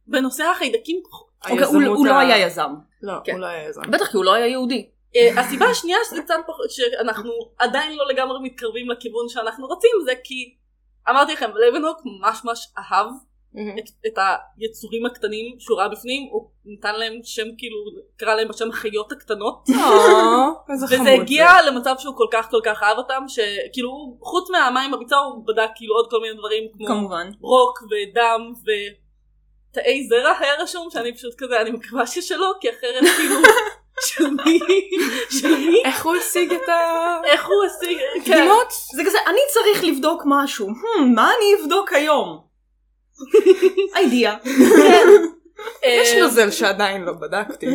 בנושא החיידקים...
אוקיי, הוא-
היזמות
הוא לא
ה-
היה יזם.
לא,
כן.
הוא לא היה יזם.
בטח כי הוא לא היה יהודי.
אה, הסיבה השנייה שזה קצת פחות, שאנחנו עדיין לא לגמרי מתקרבים לכיוון שאנחנו רוצים זה כי אמרתי לכם, לבנוק ממש ממש אהב
מהמם.
את, את היצורים הקטנים שהוא ראה בפנים, הוא נתן להם שם כאילו, קרא להם בשם החיות הקטנות.
או, אה, איזה חמוד
וזה הגיע למצב שהוא כל כך כל כך אהב אותם, שכאילו הוא- חוץ מהמים בביצה הוא בדק כאילו עוד כל מיני דברים כמו
כמובן.
רוק ודם ותאי זרע היה רשום שאני פשוט כזה אני מקווה ששלו כי אחרת כאילו של מי של מי
איך הוא השיג את ה...
איך הוא השיג כן.
דגימות?
זה כזה, אני צריך לבדוק משהו. "הם, מה אני אבדוק היום? אידיאה.
כן. יש
אה,
נוזל שעדיין לא בדקתי.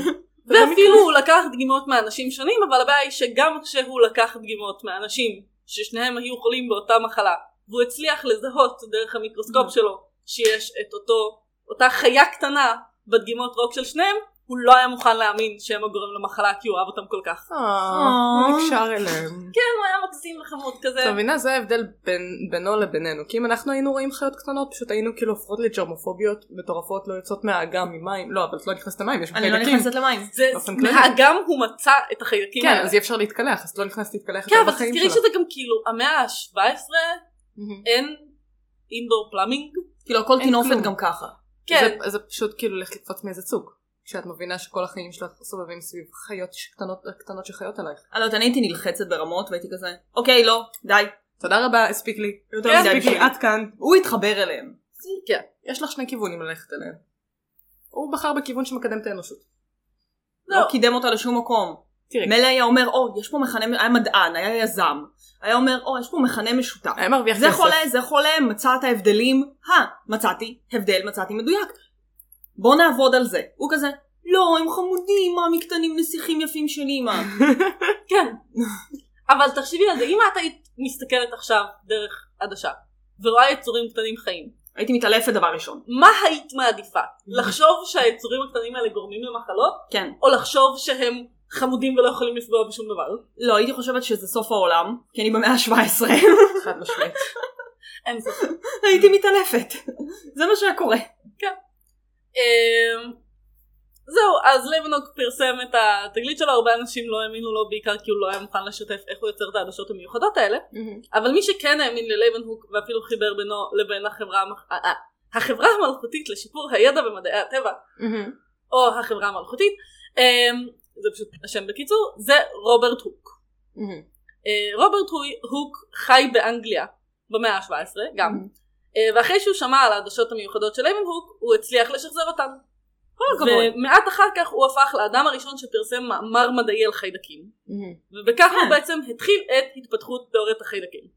ואפילו הוא לקח דגימות מאנשים שונים אבל הבעיה היא שגם כשהוא לקח דגימות מאנשים ששניהם היו חולים באותה מחלה והוא הצליח לזהות דרך
Mm.
המיקרוסקופ שלו שיש את אותו אותה חיה קטנה בדגימות רוק של שניהם הוא לא היה מוכן להאמין שהם הגורם למחלה כי הוא אהב אותם כל כך.
אה, הוא נקשר אליהם.
כן, הוא היה מקסים וחמוד כזה.
אתה מבינה זה ההבדל בין- בינו לבינינו כי אם אנחנו היינו רואים חיות קטנות פשוט היינו כאילו הופכות לג'רמופוביות מטורפות לא יוצאות מהאגם ממים לא אבל את לא נכנסת למים יש
אני לא
חיידקים
נכנסת למים.
זה,
באופן כללי.
מהאגם הוא מצא את החיידקים
כן
האלה.
אז אי אפשר להתקלח אז את לא נכנסת להתקלח
כן,
יותר
אבל
בחיים
תזכרי
שלך.
שזה גם כאילו, המאה ה-17
מהמם.
אין אינדור פלאמינג.
כאילו, הכל
אין כלום.
טינופת גם ככה.
כן,
זה- זה פשוט כאילו ללכת לקפוץ מאיזה צוג כשאת מבינה שכל החיים שלך סובבים סביב חיות שקטנות קטנות שחיות עלייך
אני לא יודעת, אני הייתי נלחצת ברמות והייתי כזה, אוקיי, לא, די.
תודה רבה הספיק לי יותר
כן,
הספיק לי
בשבילי.
עד כאן
הוא התחבר אליהם.
כן.
יש לך שני כיוונים ללכת אליהם הוא בחר בכיוון שמקדם את האנושות
לא.
לא קידם אותה לשום מקום.
תראי.
מילא היה אומר, או, יש פה מכנה, היה מדען, היה יזם. היה אומר, או, יש פה מכנה משותף.
היה מרוויח
זה
כסף.
חולה, זה חולה, מצא את ההבדלים. הא, מצאתי, הבדל, מצאתי מדויק. בוא נעבוד על זה. הוא כזה, לא, הם חמודים, מה, מקטנים נסיכים יפים של אימא.
כן. אבל תחשבי על זה, אם את היית מסתכלת עכשיו דרך עדשה, ורואה יצורים קטנים חיים,
הייתי מתעלפת דבר ראשון.
מה היית מעדיפה? לחשוב שהיצורים הקטנים האלה גורמים למחלות,
כן.
או לחשוב שהם חמודים ולא יכולים לפגוע בשום דבר?
לא, הייתי חושבת שזה סוף העולם, כי אני במאה ה-17.
חד משמעית
אין ספק.
הייתי מתעלפת. זה מה שהיה קורה.
אמ, זהו, אז לבנוק פרסם את התגלית שלו, הרבה אנשים לא האמינו לו בעיקר כי הוא לא היה מוכן לשתף איך הוא יוצר את העדשות המיוחדות האלה, אבל מי שכן האמין ללבנהוק ואפילו חיבר בינו לבין החברה, המח... אה, אה, החברה המלכותית לשיפור הידע במדעי הטבע,
מהמם.
או החברה המלכותית, אמ, זה פשוט השם בקיצור, זה רוברט הוק.
מהמם.
אה, רוברט הוי- הוק חי באנגליה במאה ה-17 גם,
מהמם.
אה, ואחרי שהוא שמע על העדשות המיוחדות של לבנהוק, הוא הצליח לשחזר אותן.
כל הכבוד.
ומעט אחר כך הוא הפך לאדם הראשון שפרסם מאמר מדעי על חיידקים
מהמם.
ובכך הוא
כן.
בעצם התחיל את התפתחות תיאוריית החיידקים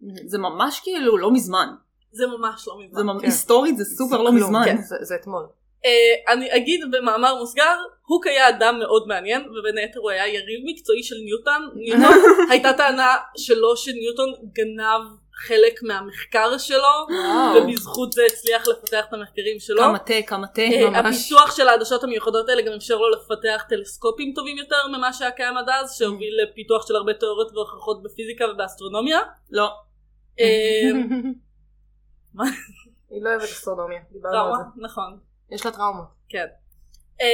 מהמם.
זה ממש כאילו לא מזמן.
זה ממש לא מזמן
זה ממש-
כן.
היסטורית זה סופר לא
כלום,
מזמן.
כן, זה- זה אתמול.
אה, אני אגיד במאמר מוסגר הוק היה אדם מאוד מעניין ובין היתר הוא היה יריב מקצועי של ניוטון ניוטון הייתה טענה שלו שניוטון גנב חלק מהמחקר שלו ובזכות זה הצליח לפתח את המחקרים שלו
אה.
לא?
כמה תה, כמה תה.
אה,
ממש.
הפיתוח של העדשות המיוחדות האלה גם אפשר לו לפתח טלסקופים טובים יותר ממה שהיה קיים עד אז, שהוביל לפיתוח של הרבה תיאוריות אה, והוכחות בפיזיקה ובאסטרונומיה.
לא.
אה,
היא לא אוהבת אסטרונומיה, דיברנו על
טראומה,
זה.
נכון.
יש לה טראומה.
כן. אה,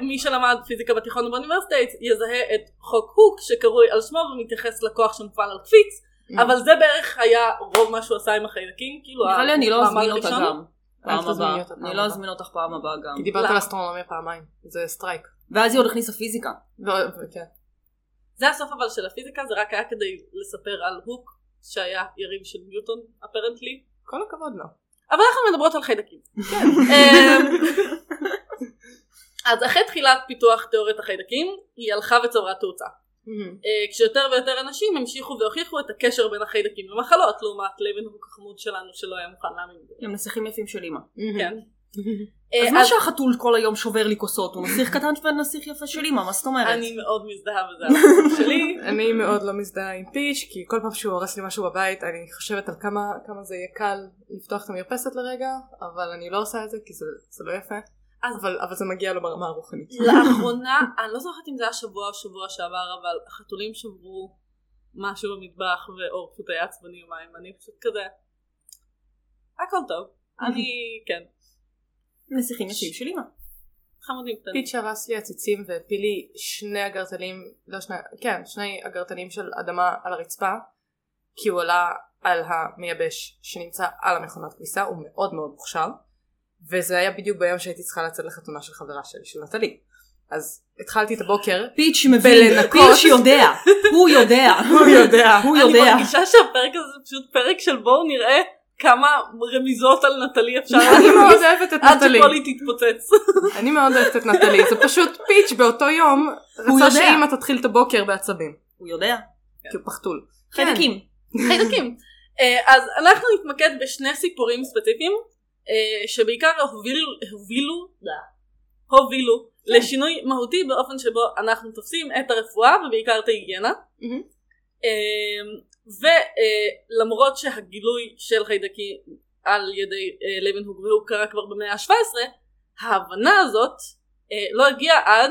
ומי שלמד פיזיקה בתיכון ובאוניברסיטאית יזהה את חוק הוק שקרוי על שמו ומתייחס לכוח שמופעל על קפיץ
Mm.
אבל זה בערך היה רוב מה שהוא עשה עם החיידקים כאילו
נראה לי אני לא
המאמר
אזמין אותה
הראשון.
גם.
אל
פעם
תזמיני אותה
הבאה.
פעם
אני לא
הבאה.
אזמין אותך פעם הבאה גם.
כי דיברת
למה?
על אסטרונומיה פעמיים, זה סטרייק.
ואז היא עוד הכניסה פיזיקה.
ו- ו- כן.
זה הסוף אבל של הפיזיקה זה רק היה כדי לספר על הוק שהיה יריב של ניוטון אפרנטלי
כל הכבוד לו.
אבל אנחנו מדברות על חיידקים.
כן.
אמ, אז אחרי תחילת פיתוח תיאוריית החיידקים היא הלכה וצברה תאוצה. אה, כשיותר ויותר אנשים המשיכו והוכיחו את הקשר בין החיידקים למחלות לעומת לייבן הוק החמוד שלנו שלא היה מוכן להאמין בזה.
הם נסיכים יפים של אימא.
כן.
אז
אה,
מה שהחתול כל היום שובר לי כוסות, הוא נסיך קטן ונסיך יפה של אימא, מה זאת אומרת?
אני מאוד מזדהה בזה הסיפור שלי.
אני מאוד לא מזדהה עם פיץ', כי כל פעם שהוא הורס לי משהו בבית, אני חושבת על כמה, כמה זה יהיה קל לפתוח את המרפסת לרגע, אבל אני לא עושה את זה, כי זה, זה לא יפה.
אז-
אבל, אבל זה מגיע לו ברמה הרוחנית.
לאחרונה, אני לא זוכרת אם זה היה שבוע או שבוע שעבר, אבל החתולים שברו משהו במטבח ואור פשוט היה עצבני יומיים, אני פשוט כזה... הכל טוב. אני, כן,
נסיכים יפים של אימא.
חמודים קטנים.
פיץ' הרס לי עציצים והפיל לי שני אגרטלים, לא שני, כן, שני אגרטלים של אדמה על הרצפה, כי הוא עלה על המייבש שנמצא על המכונת כביסה, הוא מאוד מאוד מוכשר, וזה היה בדיוק ביום שהייתי צריכה לצאת לחתונה של חברה שלי, של נטלי. אז התחלתי את הבוקר,
פיץ' מבין,
בלנקות.
פיץ' יודע, הוא יודע,
הוא יודע,
הוא
אני
יודע.
מרגישה שהפרק הזה זה פשוט פרק של בואו נראה כמה רמיזות על נטלי אפשר
אני מאוד
להכניס
אוהבת את
עד
נטלי,
שפולי תתפוצץ.
אני מאוד אוהבת את נטלי, זה פשוט פיץ' באותו יום,
הוא
רצה
יודע.
שאמא תתחיל את הבוקר בעצבים,
הוא יודע.
כן.
כי הוא פחתול.
חלקים.
חיידקים. אה, אז אנחנו נתמקד בשני סיפורים ספציפיים אה, שבעיקר הובילו, הובילו, לא, הובילו לשינוי מהותי באופן שבו אנחנו תופסים את הרפואה ובעיקר את ההיגיינה. אה,
מהמם.
ולמרות אה, שהגילוי של חיידקים על ידי אה, לייבנהוג והוא קרה כבר במאה ה-17, ההבנה הזאת אה, לא הגיעה עד,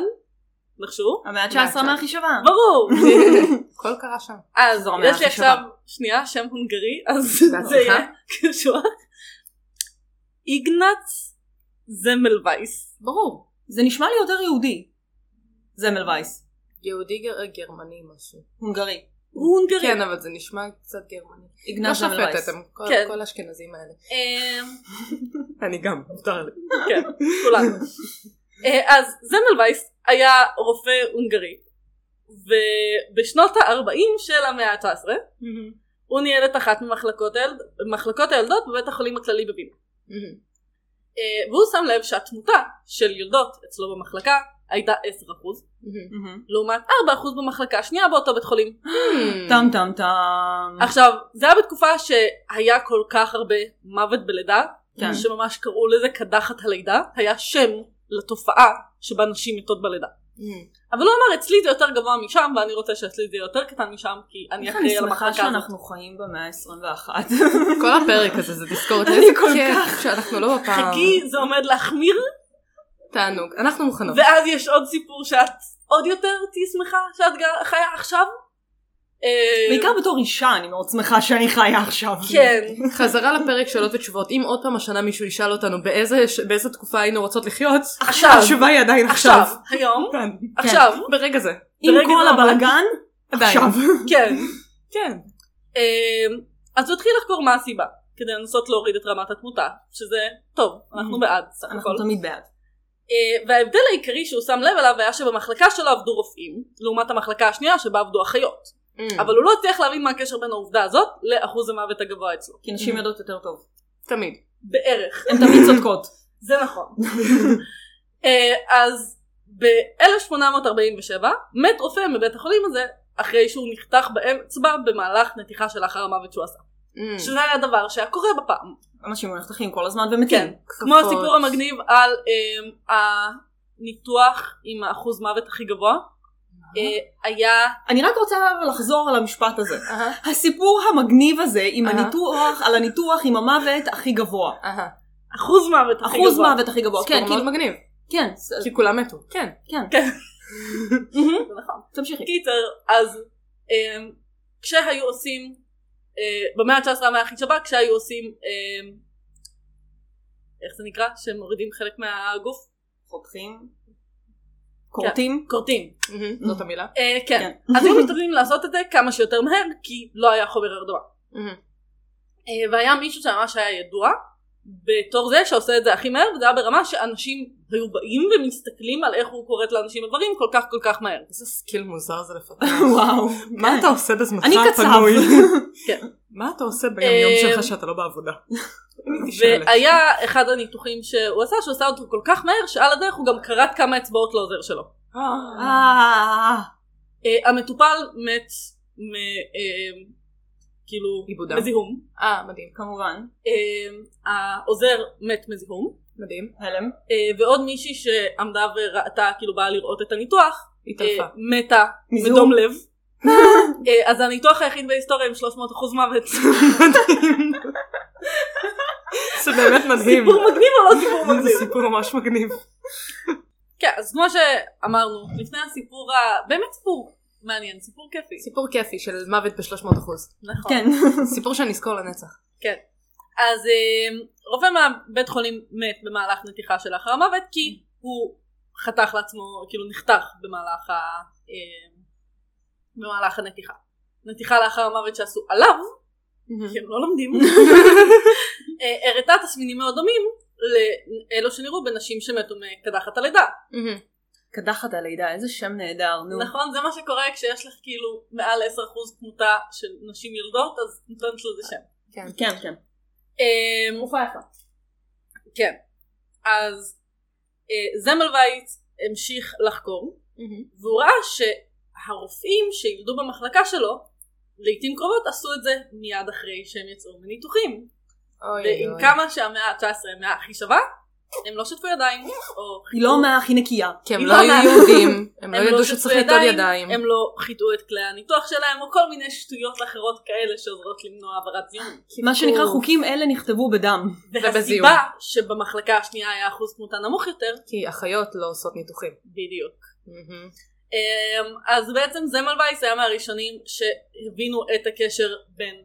נחשו?
המאה ה-19 מהכי שווה.
ברור!
הכל קרה שם.
אז
זו המאה
יש לי
הכי
עכשיו
שווה.
שנייה שם הונגרי אז זה
בהצלחה.
יהיה קשוח. איגנץ זמלווייס.
ברור.
זה נשמע לי יותר יהודי. זמל וייס.
יהודי גר- גרמני משהו.
הונגרי.
הוא הונגרי.
כן, אבל זה נשמע קצת גרמני. לא
איגנז זמל
שופטת,
וייס.
הם כל-
כן.
כל האשכנזים האלה.
אמ,
אני גם, מותר לי.
כן, כולנו. אה, אז זמלווייס היה רופא הונגרי ובשנות ה-40 של המאה ה-19 הוא ניהל את אחת ממחלקות הילד- מחלקות הילדות בבית החולים הכללי בווינה. אה, והוא שם לב שהתמותה של יולדות אצלו במחלקה הייתה 10%
מהמם.
לעומת 4% במחלקה השנייה באותו בית חולים.
טם טם טם.
עכשיו, זה היה בתקופה שהיה כל כך הרבה מוות בלידה,
כן.
שממש קראו לזה קדחת הלידה, היה שם לתופעה שבה נשים מתות בלידה. אבל הוא אמר, אצלי זה יותר גבוה משם, ואני רוצה שאצלי זה יהיה יותר קטן משם, כי אני
איך
אחראי
אני
על
שמחה
המחלקה הזאת.
שאנחנו חיים במאה ה-21.
כל הפרק הזה זה תזכורת.
אני
איזה
כל
כיף שאנחנו לא בפעם.
חכי, זה עומד להחמיר,
תענוג. אנחנו
לא.
מוכנות.
ואז יש עוד סיפור שאת עוד יותר תהיי שמחה שאת גר- חיה עכשיו. אה,
בעיקר בתור אישה אני מאוד שמחה שאני חיה עכשיו.
כן.
חזרה לפרק שאלות ותשובות. אם עוד פעם השנה מישהו ישאל אותנו באיזה ש- באיזה תקופה היינו רוצות לחיות,
עכשיו.
התשובה היא עדיין עכשיו.
עכשיו, היום,
כאן.
כן.
עכשיו,
ברגע זה.
עם
ברגע
כל
זה ממש-
הבלגן,
עדיין.
עכשיו.
כן.
כן.
אמ, אז הוא התחיל לחקור מה הסיבה, כדי לנסות להוריד את רמת התמותה, שזה טוב, אנחנו
Mhm.
בעד סך
אנחנו
הכל.
תמיד בעד.
אה, וההבדל העיקרי שהוא שם לב אליו היה שבמחלקה שלו עבדו רופאים, לעומת המחלקה השנייה שבה עבדו אחיות. אבל הוא לא הצליח להבין מה הקשר בין העובדה הזאת לאחוז המוות הגבוה אצלו.
כי נשים
Mhm.
יודעות יותר טוב.
תמיד.
בערך.
הן תמיד צודקות.
זה נכון. אה, אז ב-1847 מת רופא מבית החולים הזה, אחרי שהוא נחתך באצבע במהלך נתיחה שלאחר המוות שהוא עשה.
Mm.
שזה היה דבר שהיה קורה בפעם.
אנשים מנחתכים כל הזמן
כן,
ומתים.
כמו הסיפור המגניב על אמ, הניתוח עם האחוז מוות הכי גבוה. אה, היה,
אני רק רוצה לחזור על המשפט הזה.
אהה,
הסיפור המגניב הזה עם
אהה.
הניתוח, על הניתוח עם המוות הכי גבוה.
אהה.
אחוז מוות הכי גבוה.
אחוז מוות הכי גבוה. כן,
סיפור
כאילו-
מאוד מגניב.
כן, ס-
כי כולם מתו. כן.
כן.
כן.
מהמם.
זה נכון.
תמשיכי.
קיצר, אז אמ, כשהיו עושים, אה, במאה ה-19 המאה הכי שבה, כשהיו עושים אמ, איך זה נקרא? שמורידים חלק מהגוף?
חותכים? כורתים?
כורתים.
מהמם, זאת המילה.
אה, כן.
כן.
אז היו משתדלים לעשות את זה כמה שיותר מהר, כי לא היה חומר הרדמה.
מהמם.
אה, והיה מישהו שממש היה ידוע בתור זה שעושה את זה הכי מהר וזה היה ברמה שאנשים היו באים ומסתכלים על איך הוא קורט לאנשים איברים כל כך כל כך מהר.
איזה סקיל מוזר זה לפתח.
וואו. כן.
מה אתה עושה בזמנך
אני קצב.
הפנוי?
כן.
מה אתה עושה ביום יום
אה,
שלך שאתה לא בעבודה? הייתי שואלת.
והיה אחד הניתוחים שהוא עשה שהוא עשה אותו כל כך מהר שעל הדרך הוא גם כרת כמה אצבעות לעוזר שלו.
אה,
אה,
אה, המטופל מת מ... אה, כאילו
עיבודם.
מזיהום.
אה, מדהים.
כמובן.
אה, העוזר מת מזיהום.
מדהים.
הלם.
אה, ועוד מישהי שעמדה וראתה כאילו באה לראות את הניתוח
התעלפה.
אה, מתה
מזיהום.
מדום לב. אה, אז הניתוח היחיד בהיסטוריה עם 300 אחוז מוות.
זה באמת מדהים.
סיפור מגניב או לא סיפור
זה
מגניב?
סיפור ממש מגניב.
כן, אז כמו שאמרנו, לפני הסיפור ה... באמת סיפור מעניין, סיפור כיפי.
סיפור כיפי של מוות ב-300 אחוז.
נכון.
כן.
סיפור שאני אזכור לנצח.
אז אה, רופא מהבית חולים מת במהלך נתיחה של אחר המוות כי הוא חתך לעצמו, כאילו נחתך במהלך ה... אה, במהלך הנתיחה. נתיחה לאחר המוות שעשו עליו כי הם לא לומדים, אה, הראתה תסמינים מאוד דומים לאלו שנראו בנשים שמתו מקדחת הלידה.
מהמם.
קדחת הלידה, איזה שם נהדר, נו.
נכון? זה מה שקורה כשיש לך כאילו מעל 10% תמותה של נשים יולדות, אז נותנת לזה שם.
כן, כן.
אה,
מופע יפה.
כן. אז אה, זמל וייץ המשיך לחקור,
מהמם.
והוא ראה שהרופאים שילדו במחלקה שלו, לעיתים קרובות עשו את זה מיד אחרי שהם יצאו מניתוחים.
אוי,
ועם
אוי.
כמה שהמאה ה-19 המאה הכי שווה, הם לא שטפו ידיים, או
היא לא המאה הכי נקייה.
כי הם
אם
לא
לא
היו
נעשה-
יהודים, הם
הם
לא ידעו
שטפו
שצריך לטול ידיים.
הם לא חיטאו את כלי הניתוח שלהם, או כל מיני שטויות אחרות כאלה שעוזרות למנוע העברת זיהום.
מה שנקרא
אוף.
חוקים אלה נכתבו בדם.
ובזיהום.
והסיבה שבמחלקה השנייה היה אחוז תמותה נמוך יותר,
כי אחיות לא עושות ניתוחים.
בדיוק.
מהמם.
אמ, אז בעצם זמל וייס היה מהראשונים שהבינו את הקשר בין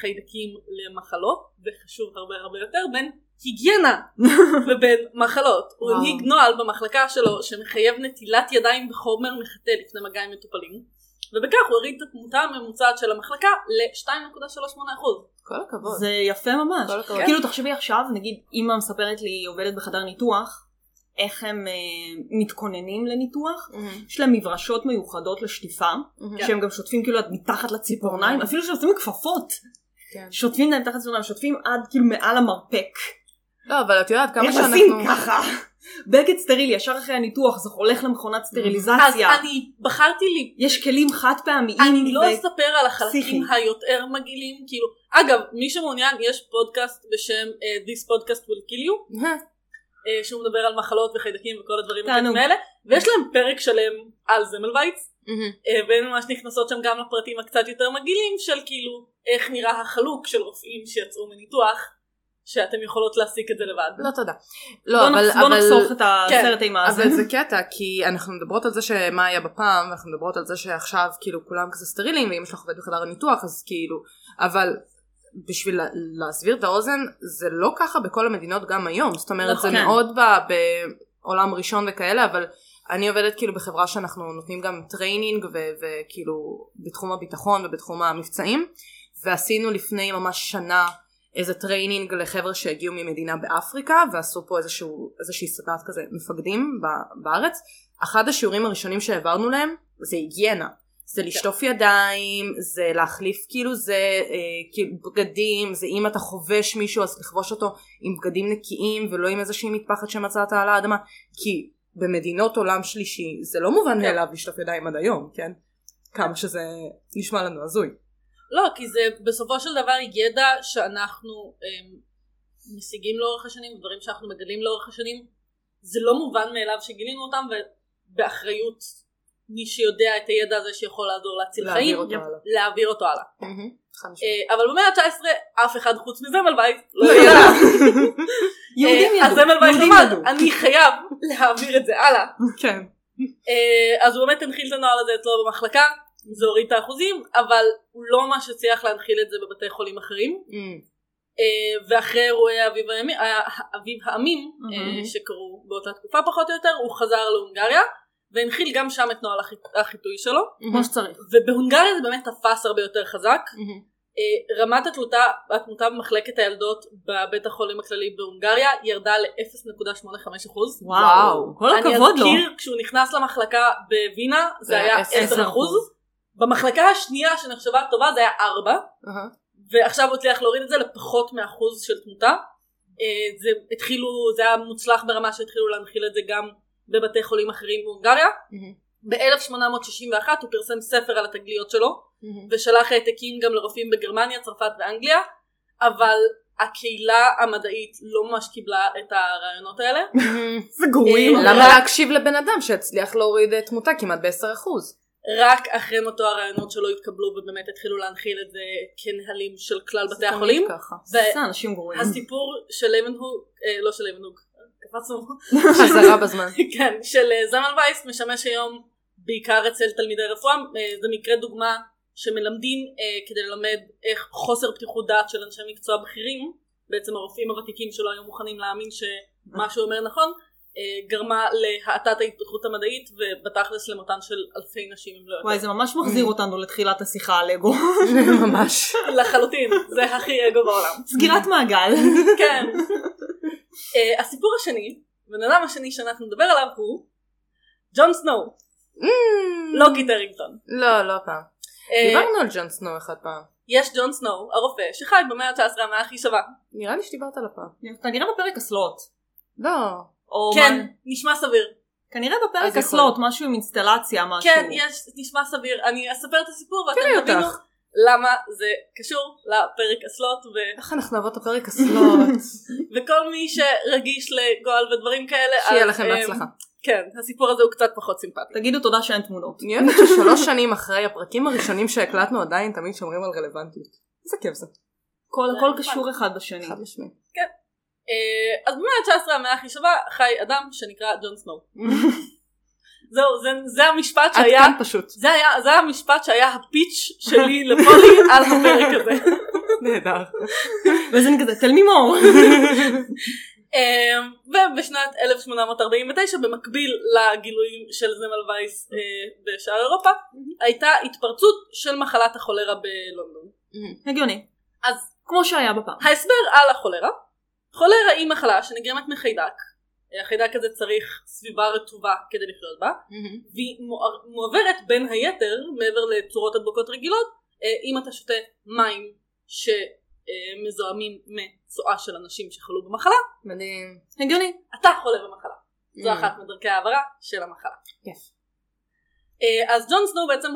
חיידקים למחלות, וחשוב הרבה הרבה יותר, בין היגיינה ובין מחלות. הוא
וואו.
הנהיג נוהל במחלקה שלו שמחייב נטילת ידיים בחומר מחטא לפני מגע עם מטופלים, ובכך הוא הוריד את התמותה הממוצעת של המחלקה ל-2.38%.
כל הכבוד.
זה יפה ממש.
כל הכבוד.
כאילו תחשבי עכשיו, נגיד אימא מספרת לי, היא עובדת בחדר ניתוח, איך הם אה, מתכוננים לניתוח.
מהמם.
יש להם מברשות מיוחדות לשטיפה,
מהמם.
שהם גם שוטפים כאילו עד מתחת לציפורניים, אפילו ששמים כפפות,
כן.
שוטפים להם תחת לציפורניים, שוטפים עד כאילו מעל המרפק.
לא, אבל את יודעת כמה
איך עושים
שאנחנו...
ככה? בגד סטרילי, ישר אחרי הניתוח, זה הולך למכונת
אז
סטריליזציה.
אני בחרתי לי
יש כלים חד פעמיים.
אני לא
ו-
אספר על החלקים
פסיכי.
היותר מגעילים, כאילו, אגב, מי שמעוניין, יש פודקאסט בשם אה, This Podcast Will Kill You, אה, שהוא מדבר על מחלות וחיידקים וכל הדברים
תענוג.
הקטנים האלה, ויש להם פרק שלם על זמל וייץ,
מהמם.
אה, והן ממש נכנסות שם גם לפרטים הקצת יותר מגעילים של כאילו, איך נראה החלוק של רופאים שיצאו מניתוח, שאתם יכולות להסיק את זה לבד.
לא תודה.
בוא
לא, אבל...
נחס- בוא
אבל-
נחסוך את
כן,
הסרט אימה הזה.
אבל זה קטע כי אנחנו מדברות על זה שמה היה בפעם אנחנו מדברות על זה שעכשיו כאילו כולם כזה סטרילים ואם יש לך עובד בחדר הניתוח אז כאילו אבל בשביל לה- להסביר את האוזן זה לא ככה בכל המדינות גם היום זאת אומרת זה
נכון.
מאוד ב- בעולם ראשון וכאלה אבל אני עובדת כאילו בחברה שאנחנו נותנים גם טריינינג ו- וכאילו בתחום הביטחון ובתחום המבצעים ועשינו לפני ממש שנה איזה טריינינג לחבר'ה שהגיעו ממדינה באפריקה ועשו פה איזשהו, איזושהי סדנת כזה מפקדים ב- בארץ. אחד השיעורים הראשונים שהעברנו להם זה היגיינה. זה
כן.
לשטוף ידיים, זה להחליף כאילו זה אה, כאילו בגדים, זה אם אתה חובש מישהו אז לכבוש אותו עם בגדים נקיים ולא עם איזושהי מטפחת שמצאת על האדמה. כי במדינות עולם שלישי זה לא
כן.
מובן מאליו לשטוף ידיים עד היום, כן? כמה שזה נשמע לנו הזוי.
לא, כי זה בסופו של דבר ידע שאנחנו אמ, משיגים לאורך השנים, דברים שאנחנו מגלים לאורך השנים, זה לא מובן מאליו שגילינו אותם, ובאחריות מי שיודע את הידע הזה שיכול לעזור להציל
להעביר
חיים,
אותו הלאה.
להעביר אותו הלאה.
חד משמעית.
אה, אבל במאה ה-19 אף אחד חוץ מזמל וייס
לא
לא ידע.
יהודים
אה, אז
ידעו,
זמל וייס
יהודים
אמר,
ידעו.
אני חייב להעביר את זה הלאה.
כן.
אה, אז הוא באמת הנחיל את הנוהל הזה אצלו במחלקה, זה הוריד את האחוזים, אבל הוא לא ממש הצליח להנחיל את זה בבתי חולים אחרים. אה, ואחרי אירועי האביב, הימי, אה, האביב העמים
אהה.
אה, שקרו באותה תקופה פחות או יותר, הוא חזר להונגריה והנחיל גם שם את נוהל החיט- החיטוי שלו,
כמו שצריך.
ובהונגריה זה באמת תפס הרבה יותר חזק. אה, רמת התלותה, התמותה במחלקת הילדות בבית החולים הכללי בהונגריה ירדה ל-0.85%.
וואו.
כל הכבוד
אני
לו.
אזכיר, כשהוא נכנס למחלקה בווינה זה
זה
היה
היה
10%.
10%.
במחלקה השנייה שנחשבה טובה זה היה 4,
אהה.
ועכשיו הוא הצליח להוריד את זה לפחות מאחוז של תמותה. אה, זה התחילו, זה היה מוצלח ברמה שהתחילו להנחיל את זה גם בבתי חולים אחרים בהונגריה.
מהמם.
ב-1861 הוא פרסם ספר על התגליות שלו,
מהמם.
ושלח העתקים גם לרופאים בגרמניה, צרפת ואנגליה, אבל הקהילה המדעית לא ממש קיבלה את הרעיונות האלה.
זה גרועים.
אה,
למה
רק-
להקשיב לבן אדם שהצליח להוריד אה, תמותה כמעט ב-10%?
רק אחרי מותו הרעיונות שלו התקבלו ובאמת התחילו להנחיל את זה כנהלים של כלל בתי החולים.
ככה.
זה אנשים גרועים.
והסיפור של לייבנהוג, אה, לא של לייבנהוג, קפצנו,
חזרה בזמן.
כן, של אה, זלמן וייס משמש היום בעיקר אצל תלמידי רפואה, אה, זה מקרה דוגמה שמלמדים אה, כדי ללמד איך חוסר פתיחות דעת של אנשי מקצוע בכירים, בעצם הרופאים הוותיקים שלא היו מוכנים להאמין שמה שהוא אומר נכון, אה, גרמה להאטת ההתפתחות המדעית ובתכלס למותן של אלפי נשים אם לא יותר.
וואי זה ממש מחזיר אותנו לתחילת השיחה על אגו.
ממש.
לחלוטין, זה הכי אגו בעולם.
סגירת מעגל.
כן. אה, הסיפור השני, בן אדם השני שאנחנו נדבר עליו הוא ג'ון סנואו, לא קיט הרינגטון.
לא, לא פעם.
אה,
דיברנו על ג'ון סנואו אחד פעם.
יש ג'ון סנואו, הרופא, שחי במאה ה-19 המאה הכי שווה.
נראה לי שדיברת עליו פעם.
כנראה בפרק הסלוט.
לא.
או
כן,
מה-
נשמע סביר.
כנראה
אז
בפרק
יכול.
הסלוט, משהו עם אינסטלציה, משהו.
כן, יש, נשמע סביר. אני אספר את הסיפור ואתם
תראי
תבינו
אותך.
למה זה קשור לפרק הסלוט ו-
איך אנחנו אוהבות את הפרק הסלוט?
וכל מי שרגיש לגועל ודברים כאלה.
שיהיה
אז,
לכם
אמ,
בהצלחה.
כן, הסיפור הזה הוא קצת פחות סימפטי.
תגידו תודה שאין תמונות.
אני אוהבת ששלוש שנים אחרי הפרקים הראשונים שהקלטנו עדיין תמיד שומרים על רלוונטיות. איזה כיף זה.
כל
זה
הכל
נחמד.
קשור אחד בשני.
חד משמעי.
אה, אז במאה ה-19 המאה הכי שווה חי אדם שנקרא ג'ון סנואו. זהו, זה, זה המשפט
עד
שהיה,
כאן פשוט.
זה היה, זה המשפט שהיה הפיץ' שלי לפולי על הפרק הזה.
נהדר.
ואז אני כזה, תל מימור.
אה, ובשנת 1849, במקביל לגילויים של זמל וייס אה, בשאר אירופה, הייתה התפרצות של מחלת החולרה בלונדון.
הגיוני.
אז-
כמו שהיה בפעם.
ההסבר על החולרה, חולרה היא מחלה שנגרמת מחיידק, אה, החיידק הזה צריך סביבה רטובה כדי לחיות בה, והיא מוער- מועברת בין היתר, מעבר לצורות הדבקות רגילות, אה, אם אתה שותה מים שמזוהמים מצואה של אנשים שחלו במחלה,
מדהים.
הגיוני.
אתה חולה במחלה. זו
Mm.
אחת מדרכי ההעברה של המחלה.
כיף.
אה, אז ג'ון סנואו בעצם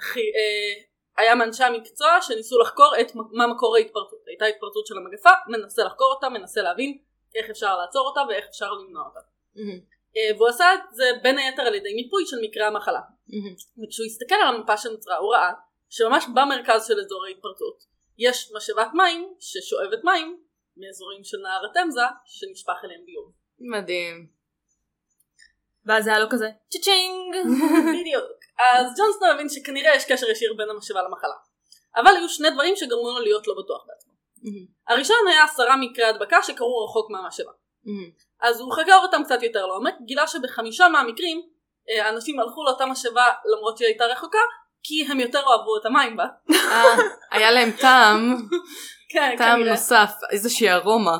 חי- אה, היה מאנשי המקצוע שניסו לחקור את מ- מה מקור ההתפרצות. הייתה התפרצות של המגפה, מנסה לחקור אותה, מנסה להבין איך אפשר לעצור אותה ואיך אפשר למנוע אותה. אה, והוא עשה את זה בין היתר על ידי מיפוי של מקרי המחלה. וכשהוא הסתכל על המפה שנוצרה הוא ראה שממש במרכז של אזור ההתפרצות יש משאבת מים ששואבת מים מאזורים של נהר התמזה שנשפך אליהם ביום.
מדהים.
ואז היה לו כזה, צ'צ'ינג.
בדיוק. אז ג'ון סנואו הבין שכנראה יש קשר ישיר בין המשאבה למחלה. אבל היו שני דברים שגרמו לו להיות לא בטוח בעצמו. הראשון היה עשרה מקרי הדבקה שקרו רחוק מהמשאבה. אז הוא חקר אותם קצת יותר לעומק, גילה שבחמישה מהמקרים אה, אנשים הלכו לאותה משאבה למרות שהיא הייתה רחוקה כי הם יותר אוהבו את המים בה.
אה, היה להם טעם,
כן,
טעם נוסף, איזושהי ארומה.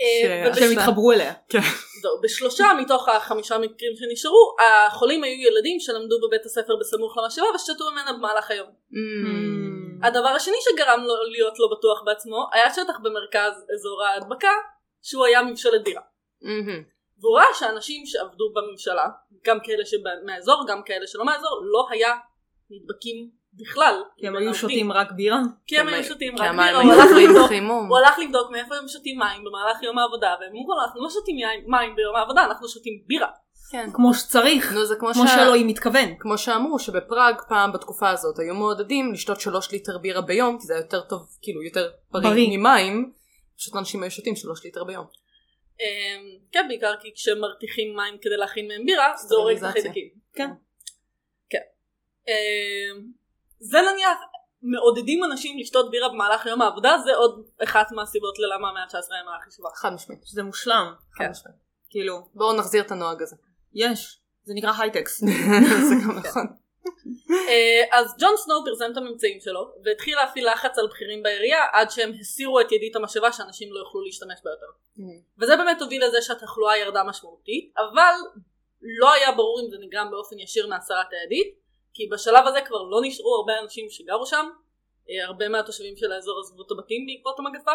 אה,
ש-
ובש-
שהם התחברו אליה.
זהו, בשלושה מתוך החמישה מקרים שנשארו, החולים היו ילדים שלמדו בבית הספר בסמוך למשאבה ושתו ממנה במהלך היום.
Mm.
הדבר השני שגרם לו להיות לא בטוח בעצמו, היה שטח במרכז אזור ההדבקה, שהוא היה ממשלת דירה.
מהמם.
והוא ראה שאנשים שעבדו בממשלה, גם כאלה שמהאזור, גם כאלה שלא מהאזור, לא היה נדבקים בכלל.
כי הם היו שותים רק בירה.
כי הם
כי
היו
הם-
שותים
כי
רק לא.
המים
בירה,
היו
הוא הלך
עוברים
לבדוק-
חימום.
הוא הלך לבדוק מאיפה הם שותים מים במהלך יום העבודה, והם אמרו לו אנחנו לא שותים יין- מים ביום העבודה, אנחנו שותים בירה.
כן.
כמו שצריך.
נו, זה כמו
כמו
שה-
שאלוהים מתכוון.
כמו שאמרו שבפראג פעם בתקופה הזאת היו מעודדים לשתות שלוש ליטר בירה ביום כי זה היה יותר טוב כאילו יותר
בריא.
בריא ממים. פשוט אנשים היו שותים שלוש ליטר ביום.
אמ, כן, בעיקר כי כשמרתיחים מים כדי להכין מהם בירה, זה הורג את
סטריליזציה.
החיידקים.
כן.
כן. אמ, זה נניח מעודדים אנשים לשתות בירה במהלך יום העבודה, זה עוד אחת מהסיבות ללמה המאה ה-19 היא מהלך חשובה.
חד משמעית.
שזה מושלם,
כן.
חד משמעית.
כאילו,
בואו נחזיר את הנוהג הזה.
יש, זה נקרא הייטקס.
זה גם
כן.
נכון.
אה, אז ג'ון סנואו פרסם את הממצאים שלו, והתחיל להפעיל לחץ על בכירים בעירייה, עד שהם הסירו את ידית המשאבה שאנשים לא יוכלו להשתמש בה יותר. וזה באמת הוביל לזה שהתחלואה ירדה משמעותית, אבל לא היה ברור אם זה נגרם באופן ישיר מהסרת הידית, כי בשלב הזה כבר לא נשארו הרבה אנשים שגרו שם, אה, הרבה מהתושבים של האזור עזבו את הבתים בעקבות המגפה,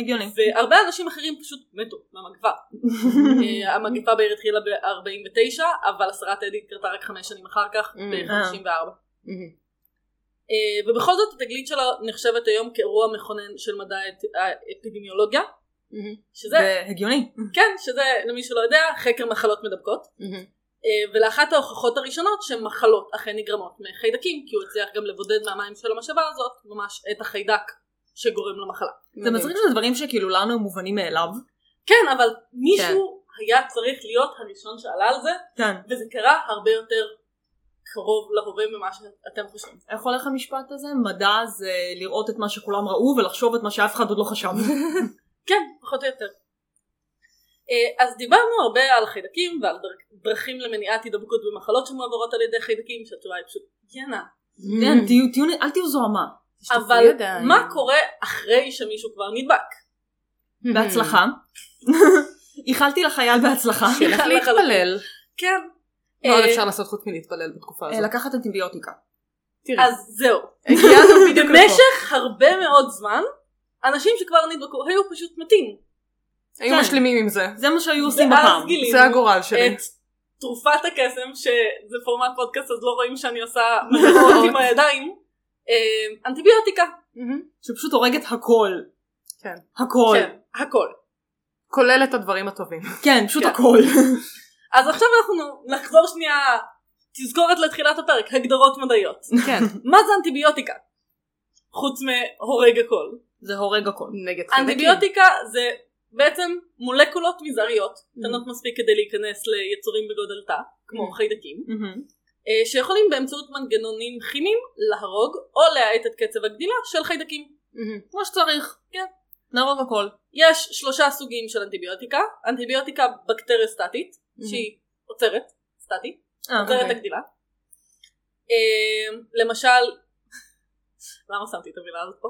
הגיוני.
והרבה אנשים אחרים פשוט מתו מהמגפה. אה, המגפה בעיר התחילה ב-49, אבל הסרת הידית קרתה רק חמש שנים אחר כך,
Mm.
ב-54. אה, ובכל זאת התגלית שלה נחשבת היום כאירוע מכונן של מדע האפ- האפידמיולוגיה, שזה,
זה הגיוני.
כן, שזה למי שלא יודע, חקר מחלות מדבקות, אה, ולאחת ההוכחות הראשונות שמחלות אכן נגרמות מחיידקים, כי הוא הצליח גם לבודד מהמים של המשאבה הזאת ממש את החיידק שגורם למחלה.
זה מצחיק שזה דברים שכאילו לנו הם מובנים מאליו.
כן, אבל מישהו היה צריך להיות הראשון שעלה על זה,
כן.
וזה קרה הרבה יותר קרוב להווה ממה שאתם חושבים.
איך הולך המשפט הזה? מדע זה לראות את מה שכולם ראו ולחשוב את מה שאף אחד עוד לא חשב.
כן, פחות או יותר. אה, אז דיברנו הרבה על חיידקים ועל דר- דרכים למניעת הידבקות במחלות שמועברות על ידי חיידקים, שהתשובה היא פשוט יאנה.
כן, תהיו, תהיו, אל תהיו זוהמה.
אבל מה קורה אחרי שמישהו כבר נדבק?
בהצלחה. איחלתי לחייל בהצלחה.
שילך להתפלל.
כן.
מה עוד
אה,
אפשר לעשות חוץ מלהתפלל בתקופה
אה,
הזאת?
לקחת אנטיביוטיקה.
תראי.
אז זהו.
הגענו בדיוק לפה.
במשך הרבה מאוד זמן, אנשים שכבר נדבקו היו פשוט מתים.
היו
כן.
משלימים עם זה.
זה מה שהיו עושים
ואז
בפעם.
גילינו
זה הגורל שלי.
כאילו, את תרופת הקסם, שזה פורמט פודקאסט אז לא רואים שאני עושה מטרות עם הידיים, אה, אנטיביוטיקה.
מהמם.
שפשוט הורגת הכל.
כן.
הכל.
כן, הכל.
כולל את הדברים הטובים.
כן, פשוט
כן.
הכל.
אז עכשיו אנחנו נחזור שנייה, תזכורת לתחילת הפרק, הגדרות מדעיות.
כן.
מה זה אנטיביוטיקה? חוץ מהורג הכל.
זה הורג הכל.
נגד
אנטיביוטיקה זה בעצם מולקולות
Mm.
מזעריות, קטנות מספיק כדי להיכנס ליצורים בגודל תא, כמו
Mm.
חיידקים, אה, שיכולים באמצעות מנגנונים כימיים להרוג או להאט את קצב הגדילה של חיידקים.
חיידקים.
כמו שצריך.
כן.
נהרוג הכל.
יש שלושה סוגים של אנטיביוטיקה, אנטיביוטיקה בקטריוסטטית, שהיא עוצרת, סטטית,
אה,
עוצרת
Mm. אוקיי.
הגדילה. אה, למשל, למה שמתי את המילה הזאת פה?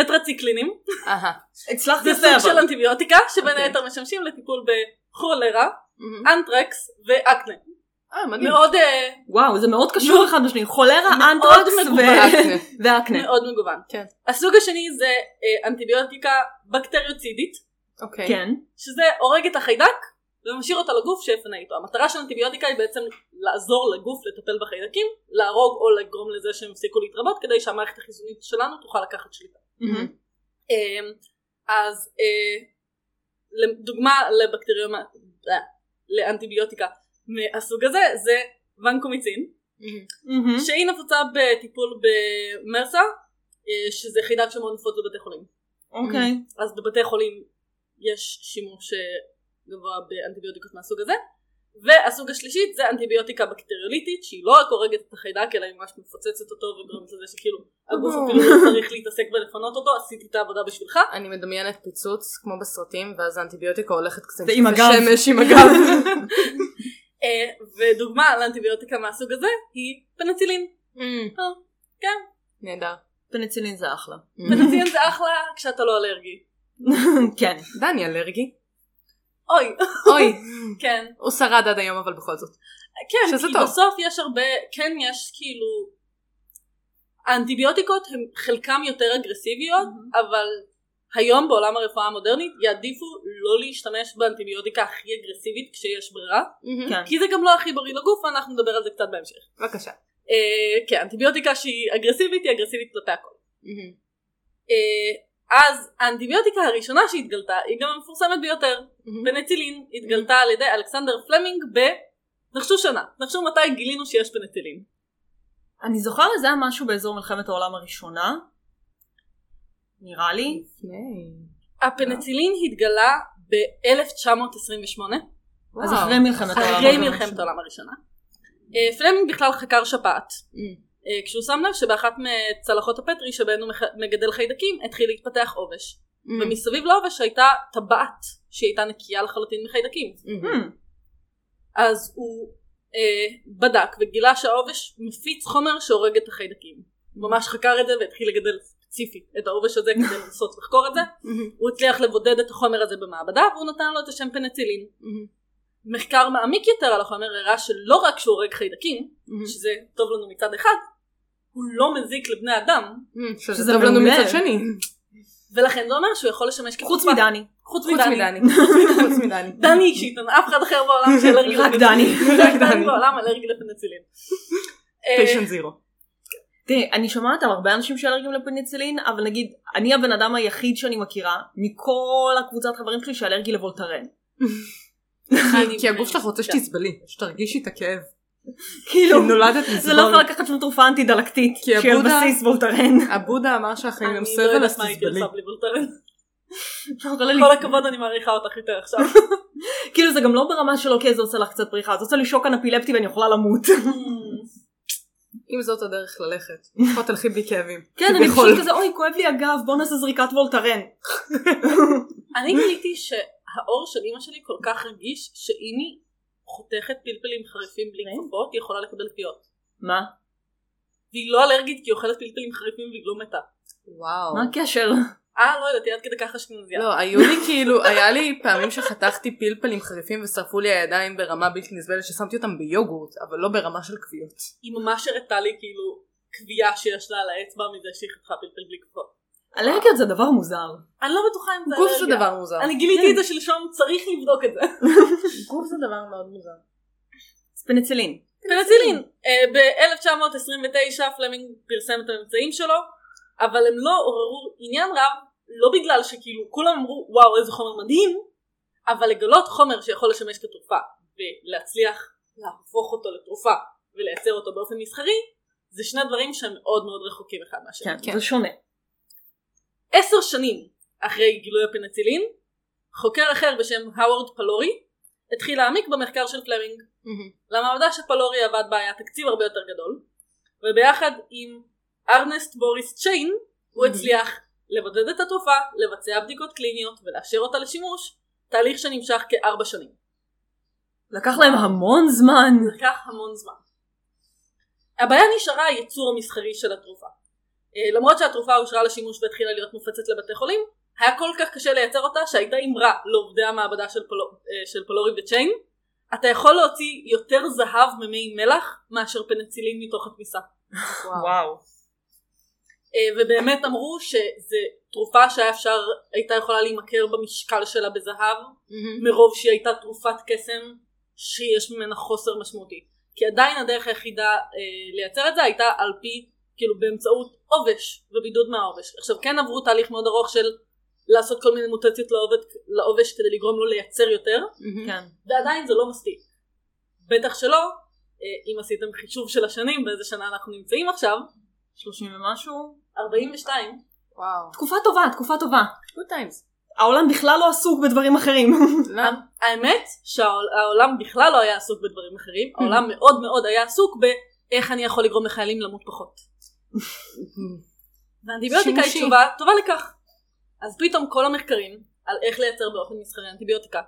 טטרציקלינים,
אהה.
הצלחת
זה
יפה
סוג של
אבל.
אנטיביוטיקה שבין
אוקיי.
היתר משמשים לטיפול בכולרה,
מהמם.
אנטרקס ואקנה.
אה, מדהים.
מאוד אה,
וואו, זה מאוד קשור אחד בשני. חולרה,
מאוד
אנטרקס ו-
אוקיי.
מגוון.
ואקנה.
מאוד מגוון.
כן.
הסוג השני זה אה, אנטיביוטיקה בקטריוצידית,
אוקיי.
כן.
שזה הורג את החיידק ומשאיר אותו לגוף שיפנה איתו. המטרה של אנטיביוטיקה היא בעצם לעזור לגוף לטפל בחיידקים, להרוג או לגרום לזה שהם יפסיקו להתרבות כדי שהמערכת החיסונית שלנו תוכל לקחת שליטה.
מהמם.
אמ, אז אה, לדוגמה לבקטריומה, אה, לאנטיביוטיקה מהסוג הזה זה ונקומיצין,
מהמם.
מהמם.
Hmm?
שהיא נפוצה בטיפול במרסה, אה, שזה חידק שמאוד נפוץ בבתי חולים.
אוקיי.
אז בבתי חולים יש שימוש אה, גבוה באנטיביוטיקות מהסוג הזה. והסוג השלישית זה אנטיביוטיקה בקטריוליטית שהיא לא רק הורגת את החיידק אלא היא ממש מפוצצת אותו וגורמת לזה שכאילו הגוף
אוהו.
אפילו לא צריך להתעסק בלפנות אותו עשיתי את העבודה בשבילך
אני מדמיינת פיצוץ כמו בסרטים ואז האנטיביוטיקה הולכת קצת
ועם הגב.
שמש עם הגב.
אה, ודוגמה לאנטיביוטיקה מהסוג הזה היא פניצילין. כן.
נהדר.
פניצילין זה אחלה.
פניצילין זה אחלה כשאתה לא אלרגי.
כן.
דני אלרגי.
אוי,
אוי.
כן.
הוא שרד עד היום אבל בכל זאת.
כן,
שזה
כי
טוב.
בסוף יש הרבה, כן יש כאילו, האנטיביוטיקות הן חלקן יותר אגרסיביות,
Mm-hmm.
אבל היום בעולם הרפואה המודרנית יעדיפו לא להשתמש באנטיביוטיקה הכי אגרסיבית כשיש ברירה,
Mm-hmm.
כן.
כי זה גם לא הכי בריא לגוף ואנחנו נדבר על זה קצת בהמשך.
בבקשה.
אה, כן, אנטיביוטיקה שהיא אגרסיבית היא אגרסיבית כלפי הכל.
Mm-hmm.
אה, אז האנטיביוטיקה הראשונה שהתגלתה היא גם המפורסמת ביותר,
Mm-hmm.
פניצילין התגלתה על ידי אלכסנדר פלמינג ב... נחשו שנה, נחשו מתי גילינו שיש פניצילין.
אני זוכר לזה היה משהו באזור מלחמת העולם הראשונה. נראה לי.
לפני.
הפניצילין התגלה ב-1928,
אז אחרי מלחמת העולם
אחרי מלחמת העולם הראשונה. אה, פלמינג בכלל חקר שפעת,
Mm.
אה, כשהוא שם לב שבאחת מצלחות הפטרי שבהן הוא מח- מגדל חיידקים התחיל להתפתח עובש. ומסביב לעובש הייתה טבעת שהיא הייתה נקייה לחלוטין מחיידקים.
Hmm.
אז הוא אה, בדק וגילה שהעובש מפיץ חומר שהורג את החיידקים. הוא ממש חקר את זה והתחיל לגדל ספציפית את העובש הזה כדי לנסות לחקור את זה. הוא הצליח לבודד את החומר הזה במעבדה והוא נתן לו את השם פניצילין. מחקר מעמיק יותר על החומר הראה שלא רק שהוא הורג חיידקים, שזה טוב לנו מצד אחד, הוא לא מזיק לבני אדם,
שזה
שזה
טוב לנו
מעולה.
מצד שני.
ולכן זה אומר שהוא יכול לשמש כתרופה.
חוץ מדני.
חוץ
חוץ
מדני.
מדני. חוץ מדני.
דני אישית, אין אף אחד אחר בעולם שאלרגי לא
רק
לפניצילין.
דני.
רק
רק דני.
דני בעולם אלרגי לפניצילין. אה,
פיישן זירו.
תראי, אני שומעת על הרבה אנשים שאלרגיים לפניצילין, אבל נגיד, אני הבן אדם היחיד שאני מכירה, מכל הקבוצת חברים שלי שאלרגי לבולטרן.
אני- כן.
כי הגוף שלך רוצה שתסבלי, שתרגישי את הכאב. כי
כאילו,
נולדת
זה לא
לסבול.
יכול לקחת שום תרופה אנטי-דלקתית,
כי
שהיא על
הבודה-
בסיס בולטרן.
הבודה אמר שהחיים הם
אני לא
סבל
יודעת
אז
מה הייתי
תסבלי.
עושה בלי בולטרן.
אבל אני-
כל הכבוד אני מעריכה אותך יותר עכשיו.
לא כאילו זה גם לא ברמה של אוקיי זה עושה לך קצת פריחה, זה עושה לי שוק אנפילפטי ואני יכולה למות.
אם זאת הדרך ללכת, לפחות תלכי בלי כאבים.
כן, אני
כביכול.
פשוט כזה, אוי, כואב לי הגב, בוא נעשה זריקת וולטרן.
אני גיליתי שהעור של אימא שלי כל כך רגיש שאם היא חותכת פלפלים חריפים בלי כפפות היא יכולה לקבל פיות.
מה?
והיא לא אלרגית כי היא אוכלת פלפלים חריפים והיא לא מתה.
וואו.
מה הקשר?
אה לא יודעת, היא עד כדי ככה אשכנזיה.
לא, היו לי כאילו, היה לי פעמים שחתכתי פלפלים חריפים ושרפו לי הידיים ברמה בלתי נסבלת ששמתי אותם ביוגורט, אבל לא ברמה של כוויות.
היא ממש הראתה לי כאילו קביעה שיש לה על האצבע מזה שהיא חתכה פלפל בלי כפפות.
אלרגיות זה דבר מוזר.
אני לא בטוחה אם זה
גוף זה
אלרגיה.
דבר כן. מוזר.
אני גיליתי את זה שלשום, צריך לבדוק את זה.
גוף זה דבר מאוד מוזר.
אז פניצילין.
פניצילין. אה, ב-1929 פלמינג פרסם את הממצאים שלו, אבל הם לא עוררו עניין רב, לא בגלל שכאילו כולם אמרו וואו איזה חומר מדהים, אבל לגלות חומר שיכול לשמש כתרופה ולהצליח להפוך אותו לתרופה ולייצר אותו באופן מסחרי, זה שני דברים שהם מאוד מאוד רחוקים אחד מהשני.
כן, זה שונה.
עשר שנים אחרי גילוי הפניצילין, חוקר אחר בשם האוורד פלורי התחיל להעמיק במחקר של פלמינג. למעבדה שפלורי עבד בה היה תקציב הרבה יותר גדול, וביחד עם ארנסט בוריס צ'יין הוא
Mhm.
הצליח לבודד את התרופה, לבצע בדיקות קליניות ולאשר אותה לשימוש, תהליך שנמשך כארבע שנים.
לקח להם המון זמן.
לקח המון זמן. הבעיה נשארה הייצור המסחרי של התרופה. אה, למרות שהתרופה אושרה לשימוש והתחילה להיות מופצת לבתי חולים, היה כל כך קשה לייצר אותה שהייתה אמרה לעובדי המעבדה של, פלו, אה, של פלורי וצ'יין, אתה יכול להוציא יותר זהב ממי מלח מאשר פניצילין מתוך התמיסה.
וואו.
וואו.
אה, ובאמת אמרו שזו תרופה שהיה אפשר, הייתה יכולה להימכר במשקל שלה בזהב, מרוב שהיא הייתה תרופת קסם שיש ממנה חוסר משמעותי. כי עדיין הדרך היחידה אה, לייצר את זה הייתה על פי, כאילו באמצעות עובש ובידוד מהעובש. עכשיו כן עברו תהליך מאוד ארוך של לעשות כל מיני מוטציות לעובד, לעובש כדי לגרום לו לייצר יותר,
כן.
ועדיין זה לא מספיק. בטח שלא, אה, אם עשיתם חישוב של השנים באיזה שנה אנחנו נמצאים עכשיו,
שלושים ומשהו.
42,
וואו.
תקופה טובה, תקופה טובה.
גוד טיימס.
העולם בכלל לא עסוק בדברים אחרים.
למה?
האמת שהעולם בכלל לא היה עסוק בדברים אחרים, העולם מאוד מאוד היה עסוק באיך אני יכול לגרום לחיילים למות פחות.
אה?
והאנטיביוטיקה היא
שימושי.
תשובה טובה לכך. אז פתאום כל המחקרים על איך לייצר באופן מסחרי אנטיביוטיקה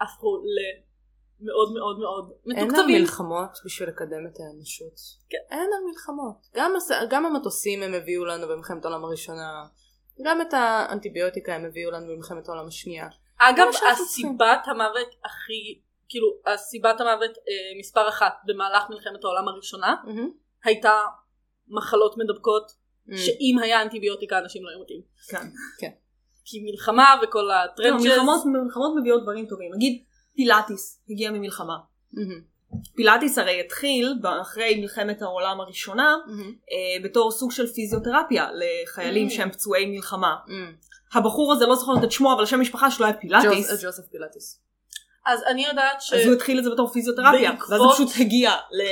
הפכו למאוד מאוד מאוד
אין לה
מתוקצבים.
מלחמות בשביל לקדם את האנושות.
כן.
אין לה מלחמות. גם, הס- גם המטוסים הם הביאו לנו במלחמת העולם הראשונה. גם את האנטיביוטיקה הם הביאו לנו במלחמת העולם השנייה.
אגב,
מה שאנחנו
הסיבת המוות הכי, כאילו, הסיבת המוות אה, מספר אחת במהלך מלחמת העולם הראשונה הייתה מחלות מידבקות
Mm,
שאם היה אנטיביוטיקה אנשים לא היו מתים.
Mm. כן.
כן.
כי מלחמה וכל
לא,
הטרנצ'ס.
מלחמות- מלחמות מביאות דברים טובים. נגיד פילאטיס הגיע ממלחמה.
מהמם.
פילאטיס הרי התחיל אחרי מלחמת העולם הראשונה
מהמם.
אה, בתור סוג של פיזיותרפיה לחיילים
Mm.
שהם פצועי מלחמה.
מהמם.
הבחור הזה לא זוכרת את שמו אבל השם משפחה שלו היה פילאטיס.
ג'וז- ג'וזף פילאטיס.
אז אני יודעת
אז הוא התחיל את זה בתור פיזיותרפיה. ואז הוא
בעקבות-
פשוט הגיע ל...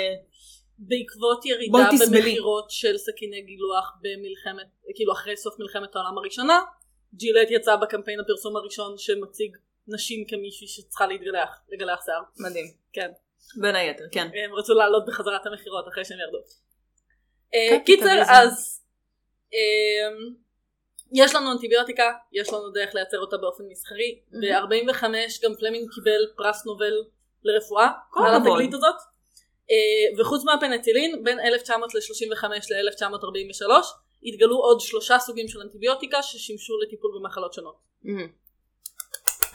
שבעקבות ירידה
בואי תסבלי.
במכירות של סכיני גילוח במלחמת, כאילו אחרי סוף מלחמת העולם הראשונה, ג'ילט יצא בקמפיין הפרסום הראשון שמציג נשים כמישהי שצריכה להתגלח, לגלח שיער.
מדהים.
כן.
בין היתר, כן.
הם רצו להעלות בחזרה את המכירות אחרי שהם ירדו. אה, קיצר,
קפיטליזם.
אז אה, יש לנו אנטיביוטיקה, יש לנו דרך לייצר אותה באופן מסחרי. ב-45 גם פלמינג קיבל פרס נובל לרפואה,
כל
על
הכבוד.
התגלית הזאת. אה, וחוץ מהפנצילין, בין 1935 ל-1943 התגלו עוד שלושה סוגים של אנטיביוטיקה ששימשו לטיפול במחלות שונות.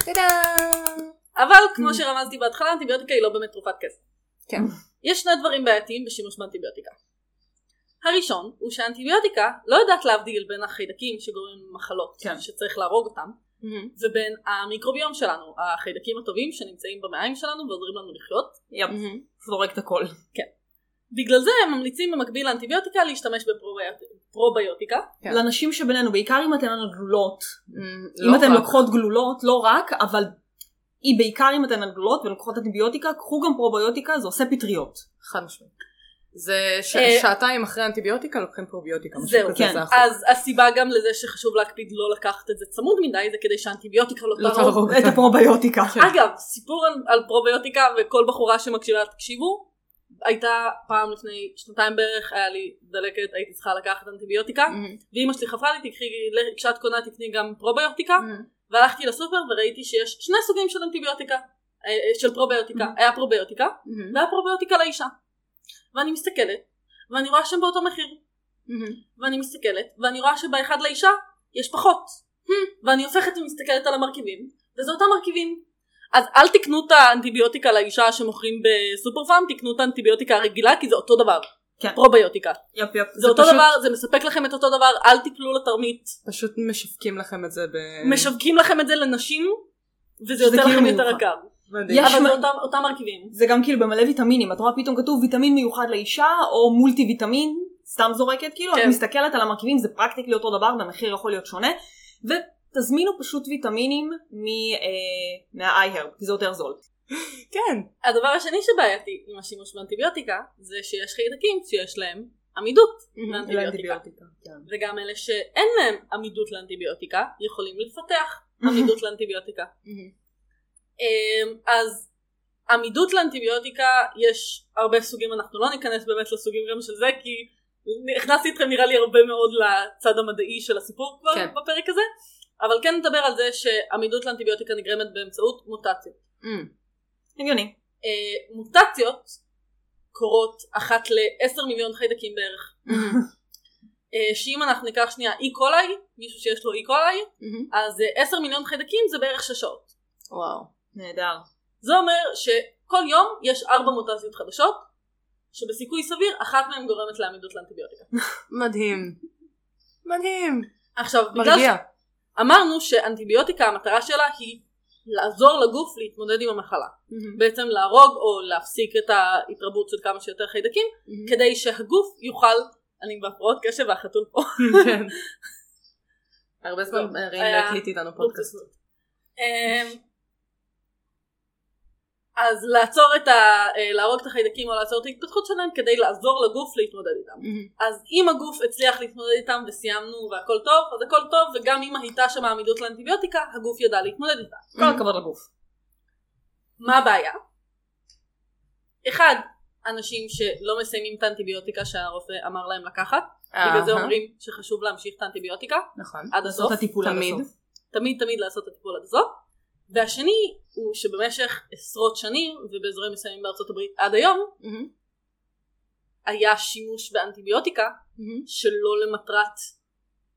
טאדה!
אבל כמו שרמזתי בהתחלה, אנטיביוטיקה היא לא באמת תרופת קסם.
כן.
יש שני דברים בעייתיים בשימוש באנטיביוטיקה. הראשון הוא שהאנטיביוטיקה לא יודעת להבדיל בין החיידקים שגורמים למחלות
כן.
שצריך להרוג אותם ובין המיקרוביום שלנו, החיידקים הטובים שנמצאים במעיים שלנו ועוזרים לנו לחיות.
Mm.
יפ, זורק את הכל.
בגלל זה הם ממליצים במקביל לאנטיביוטיקה להשתמש בפרוביוטיקה.
כן.
לנשים שבינינו, בעיקר אם אתן על גלולות,
לא
אם אתן
רק.
לוקחות גלולות, לא רק, אבל היא בעיקר אם אתן על גלולות ולוקחות אנטיביוטיקה, קחו גם פרוביוטיקה, זה עושה פטריות.
חד משמעית. זה ש-
אה,
שעתיים אחרי אנטיביוטיקה לוקחים פרוביוטיקה. משהו
זהו,
כזה,
כן.
זה החוק.
אז הסיבה גם לזה שחשוב להקפיד לא לקחת את זה צמוד מדי זה כדי שהאנטיביוטיקה לא
לא כן.
תהרוג
תהרוג.
את הפרוביוטיקה.
אגב, סיפור על, על פרוביוטיקה וכל בחורה שמקשיבה, תקשיבו, הייתה פעם לפני שנתיים בערך, היה לי דלקת, הייתי צריכה לקחת אנטיביוטיקה,
מהמם.
ואימא שלי חפרה לי, תקחי, ל- כשאת קונה תקני גם פרוביוטיקה,
מהמם.
והלכתי לסופר וראיתי שיש שני סוגים של אנטיביוטיקה, אה, אה, של פרוביוטיקה, היה פרוביוטיקה,
מהמם.
והיה פרוביוטיקה לאישה. ואני מסתכלת, ואני רואה שהם באותו מחיר,
מהמם.
ואני מסתכלת, ואני רואה שבאחד לאישה יש פחות.
Hmm.
ואני הופכת ומסתכלת על המרכיבים, וזה אותם מרכיבים. אז אל תקנו את האנטיביוטיקה לאישה שמוכרים בסופר פארם, תקנו את האנטיביוטיקה הרגילה, כי זה אותו דבר.
כן.
פרוביוטיקה. זה,
יפ יפ.
אותו
פשוט-
דבר, זה מספק לכם את אותו דבר, אל תיפלו לתרמית.
Hmm.
פשוט משווקים לכם את זה ב...
משווקים לכם את זה לנשים, וזה
שזה
יוצא לכם
כאילו
יותר
מיוחד.
יקר.
מדהים.
יש
אבל
מ-
זה אותם- אותם מרכיבים.
זה גם כאילו במלא ויטמינים, את רואה פתאום כתוב ויטמין מיוחד לאישה או מולטי ויטמין, סתם זורקת, כאילו
כן.
את מסתכלת על המרכיבים זה פרקטיקלי אותו דבר והמחיר יכול להיות שונה, ותזמינו פשוט ויטמינים מ- אה, מה-iHerb, כי זה יותר זול.
כן.
הדבר השני שבעייתי עם השימוש באנטיביוטיקה, זה שיש חיידקים שיש להם עמידות לאנטיביוטיקה. וגם אלה שאין להם עמידות לאנטיביוטיקה יכולים לפתח עמידות לאנטיביוטיקה. אמ, אז עמידות לאנטיביוטיקה יש הרבה סוגים אנחנו לא ניכנס באמת לסוגים גם של זה כי הכנסתי אתכם נראה לי הרבה מאוד לצד המדעי של הסיפור כבר
כן.
בפרק הזה אבל כן נדבר על זה שעמידות לאנטיביוטיקה נגרמת באמצעות מוטציות.
מהמם.
הגיוני.
אה, מוטציות קורות אחת לעשר מיליון חיידקים בערך
מהמם.
אה, שאם אנחנו ניקח שנייה אי קולאי, מישהו שיש לו E. אי קולאי,
מהמם.
אז אה, 10 מיליון חיידקים זה בערך 6 שעות.
וואו.
נהדר.
זה אומר שכל יום יש 4 מוטציות חדשות, שבסיכוי סביר אחת מהן גורמת לעמידות לאנטיביוטיקה.
מדהים. מדהים.
עכשיו, בגלל
מרגיע.
שאמרנו שאנטיביוטיקה המטרה שלה היא לעזור לגוף להתמודד עם המחלה.
מהמם.
בעצם להרוג או להפסיק את ההתרבות של כמה שיותר חיידקים,
מהמם.
כדי שהגוף יוכל, אני בהפרעות קשב והחתול פה,
כן. הרבה זמן
טוב,
הרים
היה-
להקליט איתנו פודקאסט.
אמ, אז לעצור את ה... אה, להרוג את החיידקים או לעצור את ההתפתחות שלהם כדי לעזור לגוף להתמודד איתם.
מהמם.
אז אם הגוף הצליח להתמודד איתם וסיימנו והכל טוב, אז הכל טוב, וגם אם הייתה שם עמידות לאנטיביוטיקה, הגוף ידע להתמודד איתה.
כל הכבוד לגוף.
מה הבעיה? אחד, אנשים שלא מסיימים את האנטיביוטיקה שהרופא אמר להם לקחת, בגלל זה
אה, אהה.
אומרים שחשוב להמשיך את האנטיביוטיקה
נכון.
עד
לעשות
הסוף.
את הטיפול עד
תמיד.
הסוף.
תמיד תמיד לעשות את הטיפול עד הסוף. והשני הוא שבמשך עשרות שנים ובאזורים מסוימים בארצות הברית עד היום
מהמם.
היה שימוש באנטיביוטיקה
מהמם.
שלא למטרת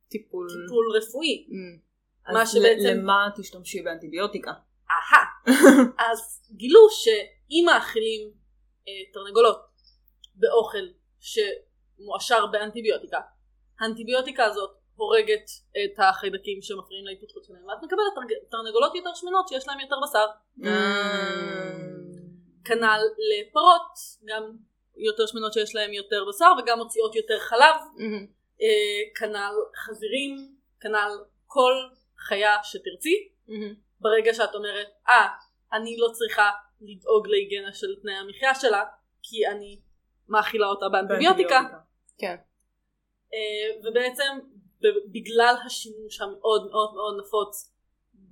טיפול.
טיפול רפואי.
מהמם.
מה
אז
שבעצם-
ל- למה תשתמשי באנטיביוטיקה?
אהה. אז גילו שאם מאכילים אה, תרנגולות באוכל שמועשר באנטיביוטיקה, האנטיביוטיקה הזאת הורגת את החיידקים שמפריעים להתפתחות שלהם ואת מקבלת תרג- תרנגולות יותר שמנות שיש להם יותר בשר. כנ"ל לפרות, גם יותר שמנות שיש להן יותר בשר וגם מוציאות יותר חלב,
מהמם.
אה, כנ"ל חזירים, כנ"ל כל חיה שתרצי.
מהמם.
ברגע שאת אומרת, אה, אני לא צריכה לדאוג להיגיינה של תנאי המחיה שלה, כי אני מאכילה אותה באנטיביוטיקה,
כן.
אה, ובעצם ב- בגלל השימוש המאוד מאוד מאוד נפוץ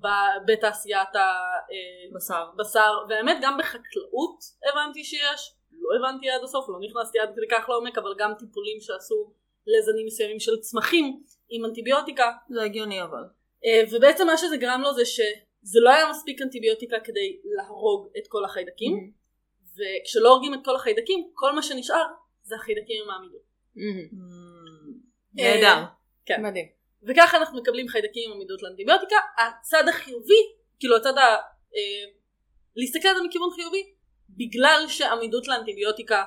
ב- בתעשיית ה... אה,
בשר.
בשר, והאמת גם בחקלאות הבנתי שיש, לא הבנתי עד הסוף, לא נכנסתי עד כדי כך לעומק, אבל גם טיפולים שעשו לזנים מסוימים של צמחים עם אנטיביוטיקה,
זה הגיוני אבל.
אה, ובעצם מה שזה גרם לו זה שזה לא היה מספיק אנטיביוטיקה כדי להרוג את כל
Mm.
החיידקים, וכשלא הורגים את כל החיידקים, כל מה שנשאר זה החיידקים עם העמידות. אה.
נהדר.
כן.
מדהים.
וככה אנחנו מקבלים חיידקים עם עמידות לאנטיביוטיקה. הצד החיובי, כאילו הצד ה... אה, להסתכל על זה מכיוון חיובי, בגלל שעמידות לאנטיביוטיקה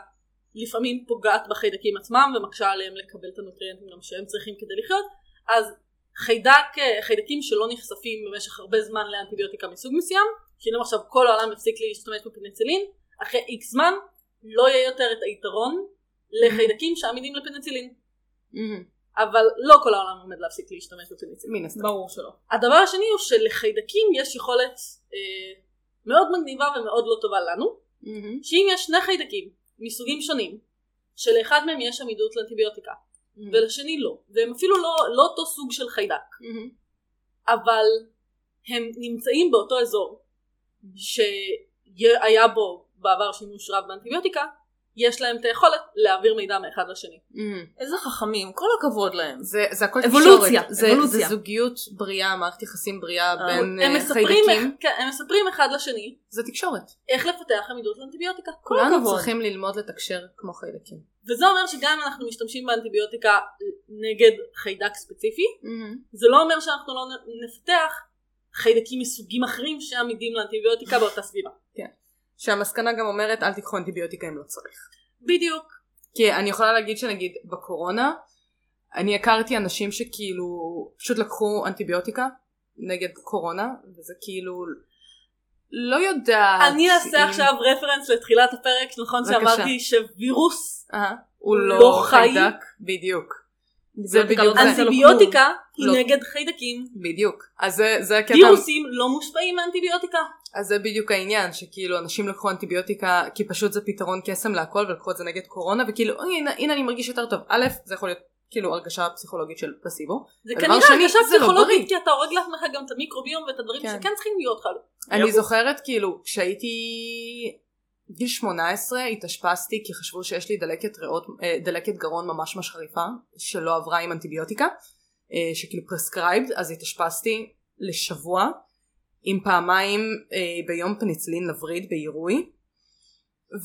לפעמים פוגעת בחיידקים עצמם ומקשה עליהם לקבל את הנוטריאנטים גם שהם צריכים כדי לחיות, אז חיידק, אה, חיידקים שלא נחשפים במשך הרבה זמן לאנטיביוטיקה מסוג מסוים, שאם עכשיו כל העולם יפסיק להשתמש בפניצילין, אחרי איקס זמן לא יהיה יותר את היתרון לחיידקים שעמידים לפניצילין. אבל לא כל העולם עומד להפסיק להשתמש בפניצילין.
מן הסתם.
ברור שלא.
הדבר השני הוא שלחיידקים יש יכולת אה, מאוד מגניבה ומאוד לא טובה לנו, שאם יש שני חיידקים מסוגים שונים, שלאחד מהם יש עמידות לאנטיביוטיקה, ולשני לא, והם אפילו לא, לא אותו סוג של חיידק, אבל הם נמצאים באותו אזור שהיה בו בעבר שימוש רב באנטיביוטיקה, יש להם את היכולת להעביר מידע מאחד לשני.
איזה חכמים, כל הכבוד להם.
זה, זה הכל
אבולוציה,
תקשורת, זה,
אבולוציה.
זה זוגיות בריאה, מערכת יחסים בריאה
אה,
הם
בין אה,
מספרים,
חיידקים,
כן, הם מספרים אחד לשני
זה תקשורת.
איך לפתח עמידות לאנטיביוטיקה.
כולנו
הכבוד.
צריכים ללמוד לתקשר כמו חיידקים.
וזה אומר שגם אם אנחנו משתמשים באנטיביוטיקה נגד חיידק ספציפי, זה לא אומר שאנחנו לא נ- נפתח חיידקים מסוגים אחרים שעמידים לאנטיביוטיקה באותה סביבה.
שהמסקנה גם אומרת אל תיקחו אנטיביוטיקה אם לא צריך.
בדיוק.
כי אני יכולה להגיד שנגיד בקורונה, אני הכרתי אנשים שכאילו פשוט לקחו אנטיביוטיקה נגד קורונה, וזה כאילו לא יודעת
אני אעשה
אם-
עכשיו רפרנס לתחילת הפרק, נכון
בבקשה.
שאמרתי שווירוס,
אה, הוא לא
לא חי.
חיידק, בדיוק. זה
אנטיביוטיקה
בדיוק
לא
זה.
עושה לו
אנטיביוטיקה היא
לא.
נגד חיידקים.
בדיוק. אז זה, זה הקטע,
וירוסים לא מושפעים מאנטיביוטיקה.
אז זה בדיוק העניין, שכאילו אנשים לקחו אנטיביוטיקה כי פשוט זה פתרון קסם להכל ולקחו את זה נגד קורונה, וכאילו "אוי, הנה, הנה אני מרגיש יותר טוב. א', זה יכול להיות כאילו הרגשה פסיכולוגית של פסיבו.
זה
הדבר
כנראה
השני,
הרגשה
זה לא
פסיכולוגית,
בריא.
כי אתה הורג לעצמך גם את המיקרוביום ואת הדברים
כן.
שכן צריכים להיות לך.
אני זוכרת כאילו כשהייתי גיל 18 התאשפזתי כי חשבו שיש לי דלקת ריאות, אה, דלקת גרון ממש ממש חריפה שלא עברה עם אנטיביוטיקה אה, שכאילו פרסקרייבד אז התאשפזתי לשבוע עם פעמיים אה, ביום פניצלין לווריד בעירוי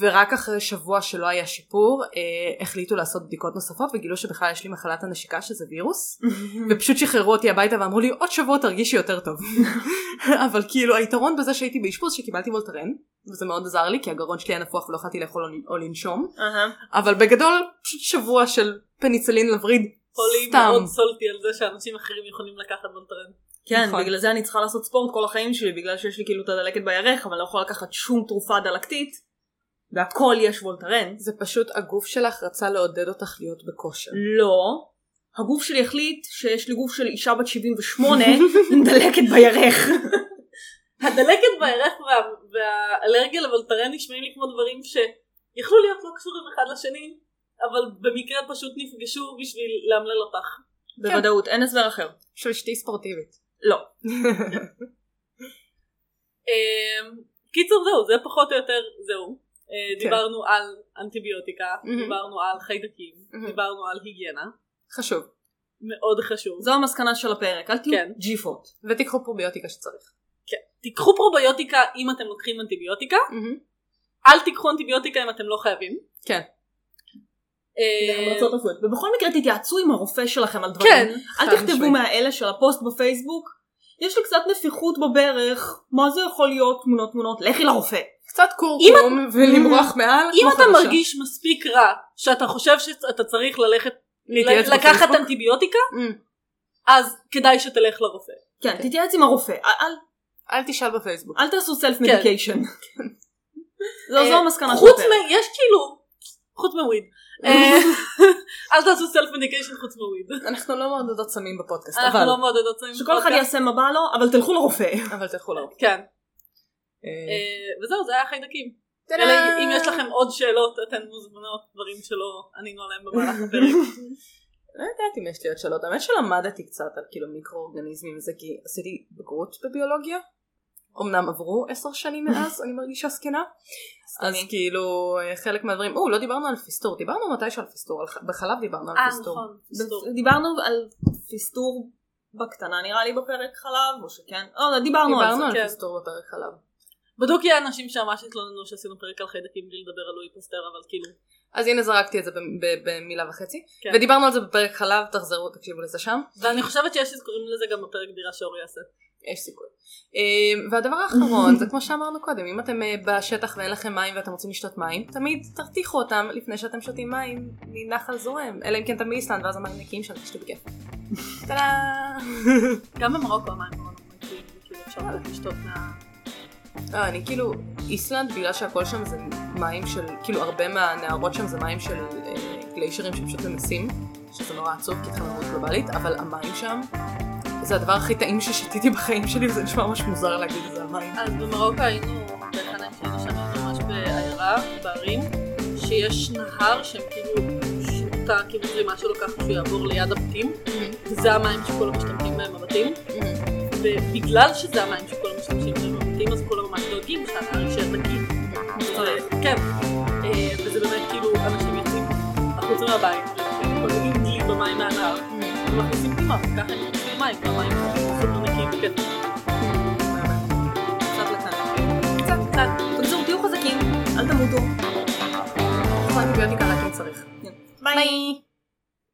ורק אחרי שבוע שלא היה שיפור אה, החליטו לעשות בדיקות נוספות וגילו שבכלל יש לי מחלת הנשיקה שזה וירוס ופשוט שחררו אותי הביתה ואמרו לי עוד שבוע תרגישי יותר טוב. אבל כאילו היתרון בזה שהייתי באשפוז שקיבלתי וולטרן וזה מאוד עזר לי כי הגרון שלי היה נפוח ולא יכולתי לאכול או לנ- או לנשום אבל בגדול פשוט שבוע של פניצלין לווריד
חולי
סתם.
מאוד סולטי על זה שאנשים אחרים יכולים לקחת וולטרן.
כן,
נכון.
בגלל זה אני צריכה לעשות ספורט כל החיים שלי, בגלל שיש לי כאילו את הדלקת בירך, אבל אני לא יכולה לקחת שום תרופה דלקתית, והכל יש וולטרן.
זה פשוט הגוף שלך רצה לעודד אותך להיות בכושר.
לא. הגוף שלי החליט שיש לי גוף של אישה בת 78 עם דלקת בירך.
כן.
הדלקת בירך וה- והאלרגיה לוולטרן נשמעים לי כמו דברים שיכלו להיות לא קשורים אחד לשני, אבל במקרה פשוט נפגשו בשביל לאמלל אותך.
בוודאות, אין הסבר אחר.
של אשתי ספורטיבית.
לא.
אמ, קיצור זהו, זה פחות או יותר זהו. אה,
כן.
דיברנו על אנטיביוטיקה,
מהמם.
דיברנו על חיידקים,
מהמם.
דיברנו על היגיינה,
חשוב.
מאוד חשוב.
זו המסקנה של הפרק, אל תהיו
כן.
ג'יפות.
ותיקחו פרוביוטיקה שצריך.
תיקחו פרוביוטיקה אם אתם לוקחים אנטיביוטיקה, אל תיקחו אנטיביוטיקה אם אתם לא חייבים.
כן.
אמ,
להמלצות רפואיות. ובכל מקרה תתייעצו עם הרופא שלכם על דברים.
כן.
אל
חד
תכתבו
משמעית.
מהאלה של הפוסט בפייסבוק. יש לי קצת נפיחות בברך, מה זה יכול להיות תמונות תמונות? לכי לרופא.
קצת קורקום ולמרוח מעל.
אם
כמו
אתה
לא חדשה.
מרגיש מספיק רע שאתה חושב שאתה צריך ללכת
להתייעץ
לקחת
בפייסבוק?
אנטיביוטיקה,
אמ,
אז כדאי שתלך לרופא.
כן, תתייעץ עם הרופא. אל- אל-
אל תשאל בפייסבוק.
אל תעשו סלף מדיקיישן. זו זו
אה,
המסקנה של
חוץ
הפרק.
מ... יש כאילו... חוץ מוויד. אה, אל תעשו סלף מדיקיישן חוץ מוויד.
אנחנו לא מעודדות סמים בפודקאסט,
אנחנו
אבל...
לא מעודדות סמים.
שכל אחד יעשה מה בא לו, אבל תלכו לרופא.
אבל תלכו לרופא.
כן.
אה,
אה, וזהו, זה היה חיידקים.
טאדה!
אלא אם יש לכם עוד שאלות, אתן מוזמנות דברים שלא ענינו עליהם במהלך הפרק.
לא יודעת אם יש לי עוד שאלות, האמת שלמדתי קצת על כאילו מיקרואורגניזמים וזה כי עשיתי בגרות בביולוגיה אמנם עברו עשר שנים מאז, אני מרגישה זקנה. אז
סתמי.
כאילו אה, חלק מהדברים, או לא דיברנו על פסטור, דיברנו מתישהו על פסטור, על ח- בחלב דיברנו על
אה
פסטור.
נכון, פסטור.
דיברנו על פסטור בקטנה נראה לי בפרק חלב, או שכן, לא, לא, דיברנו על
דיברנו
זה.
על
כן.
פסטור בפרק חלב.
בדוק יהיה אנשים שממש התלוננו שעשינו פרק על חיידקים בלי לדבר על לואי פסטר אבל כאילו
אז הנה זרקתי את זה ב- ב- במילה וחצי.
כן.
ודיברנו על זה בפרק חלב, תחזרו, תקשיבו לזה שם.
ואני חושבת שיש אזכורים לזה גם בפרק דירה שאורי יעשה.
יש סיכוי. אמ, והדבר האחרון, זה כמו שאמרנו קודם, אם אתם אה, בשטח ואין לכם מים ואתם רוצים לשתות מים, תמיד תרתיחו אותם לפני שאתם שותים מים מנחל זורם. אלא אם כן אתם באיסלנד, ואז המים נקיים שם, תשתו בכיף. טאדה!
גם במרוקו המים נורא נורא נקיים, כאילו אפשר ללכת לשתות מה...
לא, אני כאילו, איסלנד, בגלל שהכל שם זה מים של, כאילו הרבה מהנהרות שם זה מים של אה, גליישרים שפשוט מנסים, שזה נורא עצוב כי התחממות גלובלית, אבל המים שם, זה הדבר הכי טעים ששתיתי בחיים שלי, וזה נשמע ממש מוזר להגיד את זה על מים.
אז במרוקו היינו בחנן שהיינו שם היינו ממש בעיירה, בערים, שיש נהר שהם כאילו, שאותה כאילו זרימה שלו ככה שהוא יעבור ליד הבתים, וזה המים שכולם משתמשים בהם בבתים, ובגלל שזה המים שכולם משתמשים בהם בבתים אז כולם ממש דואגים שהנהר יישאר נקי. ו- כן. אה, וזה באמת כאילו אנשים יוצאים החוצה מהבית, אה, קונים דלי במים מהנהר, ומכניסים טימה, וככה הם יוצאים מים, והמים סופר נקיים וכן.
קצת לקטנה.
קצת קצת.
בקיצור, תהיו חזקים, אל תמותו.
נכון, אנטיביוטיקה רק אם צריך.
ביי.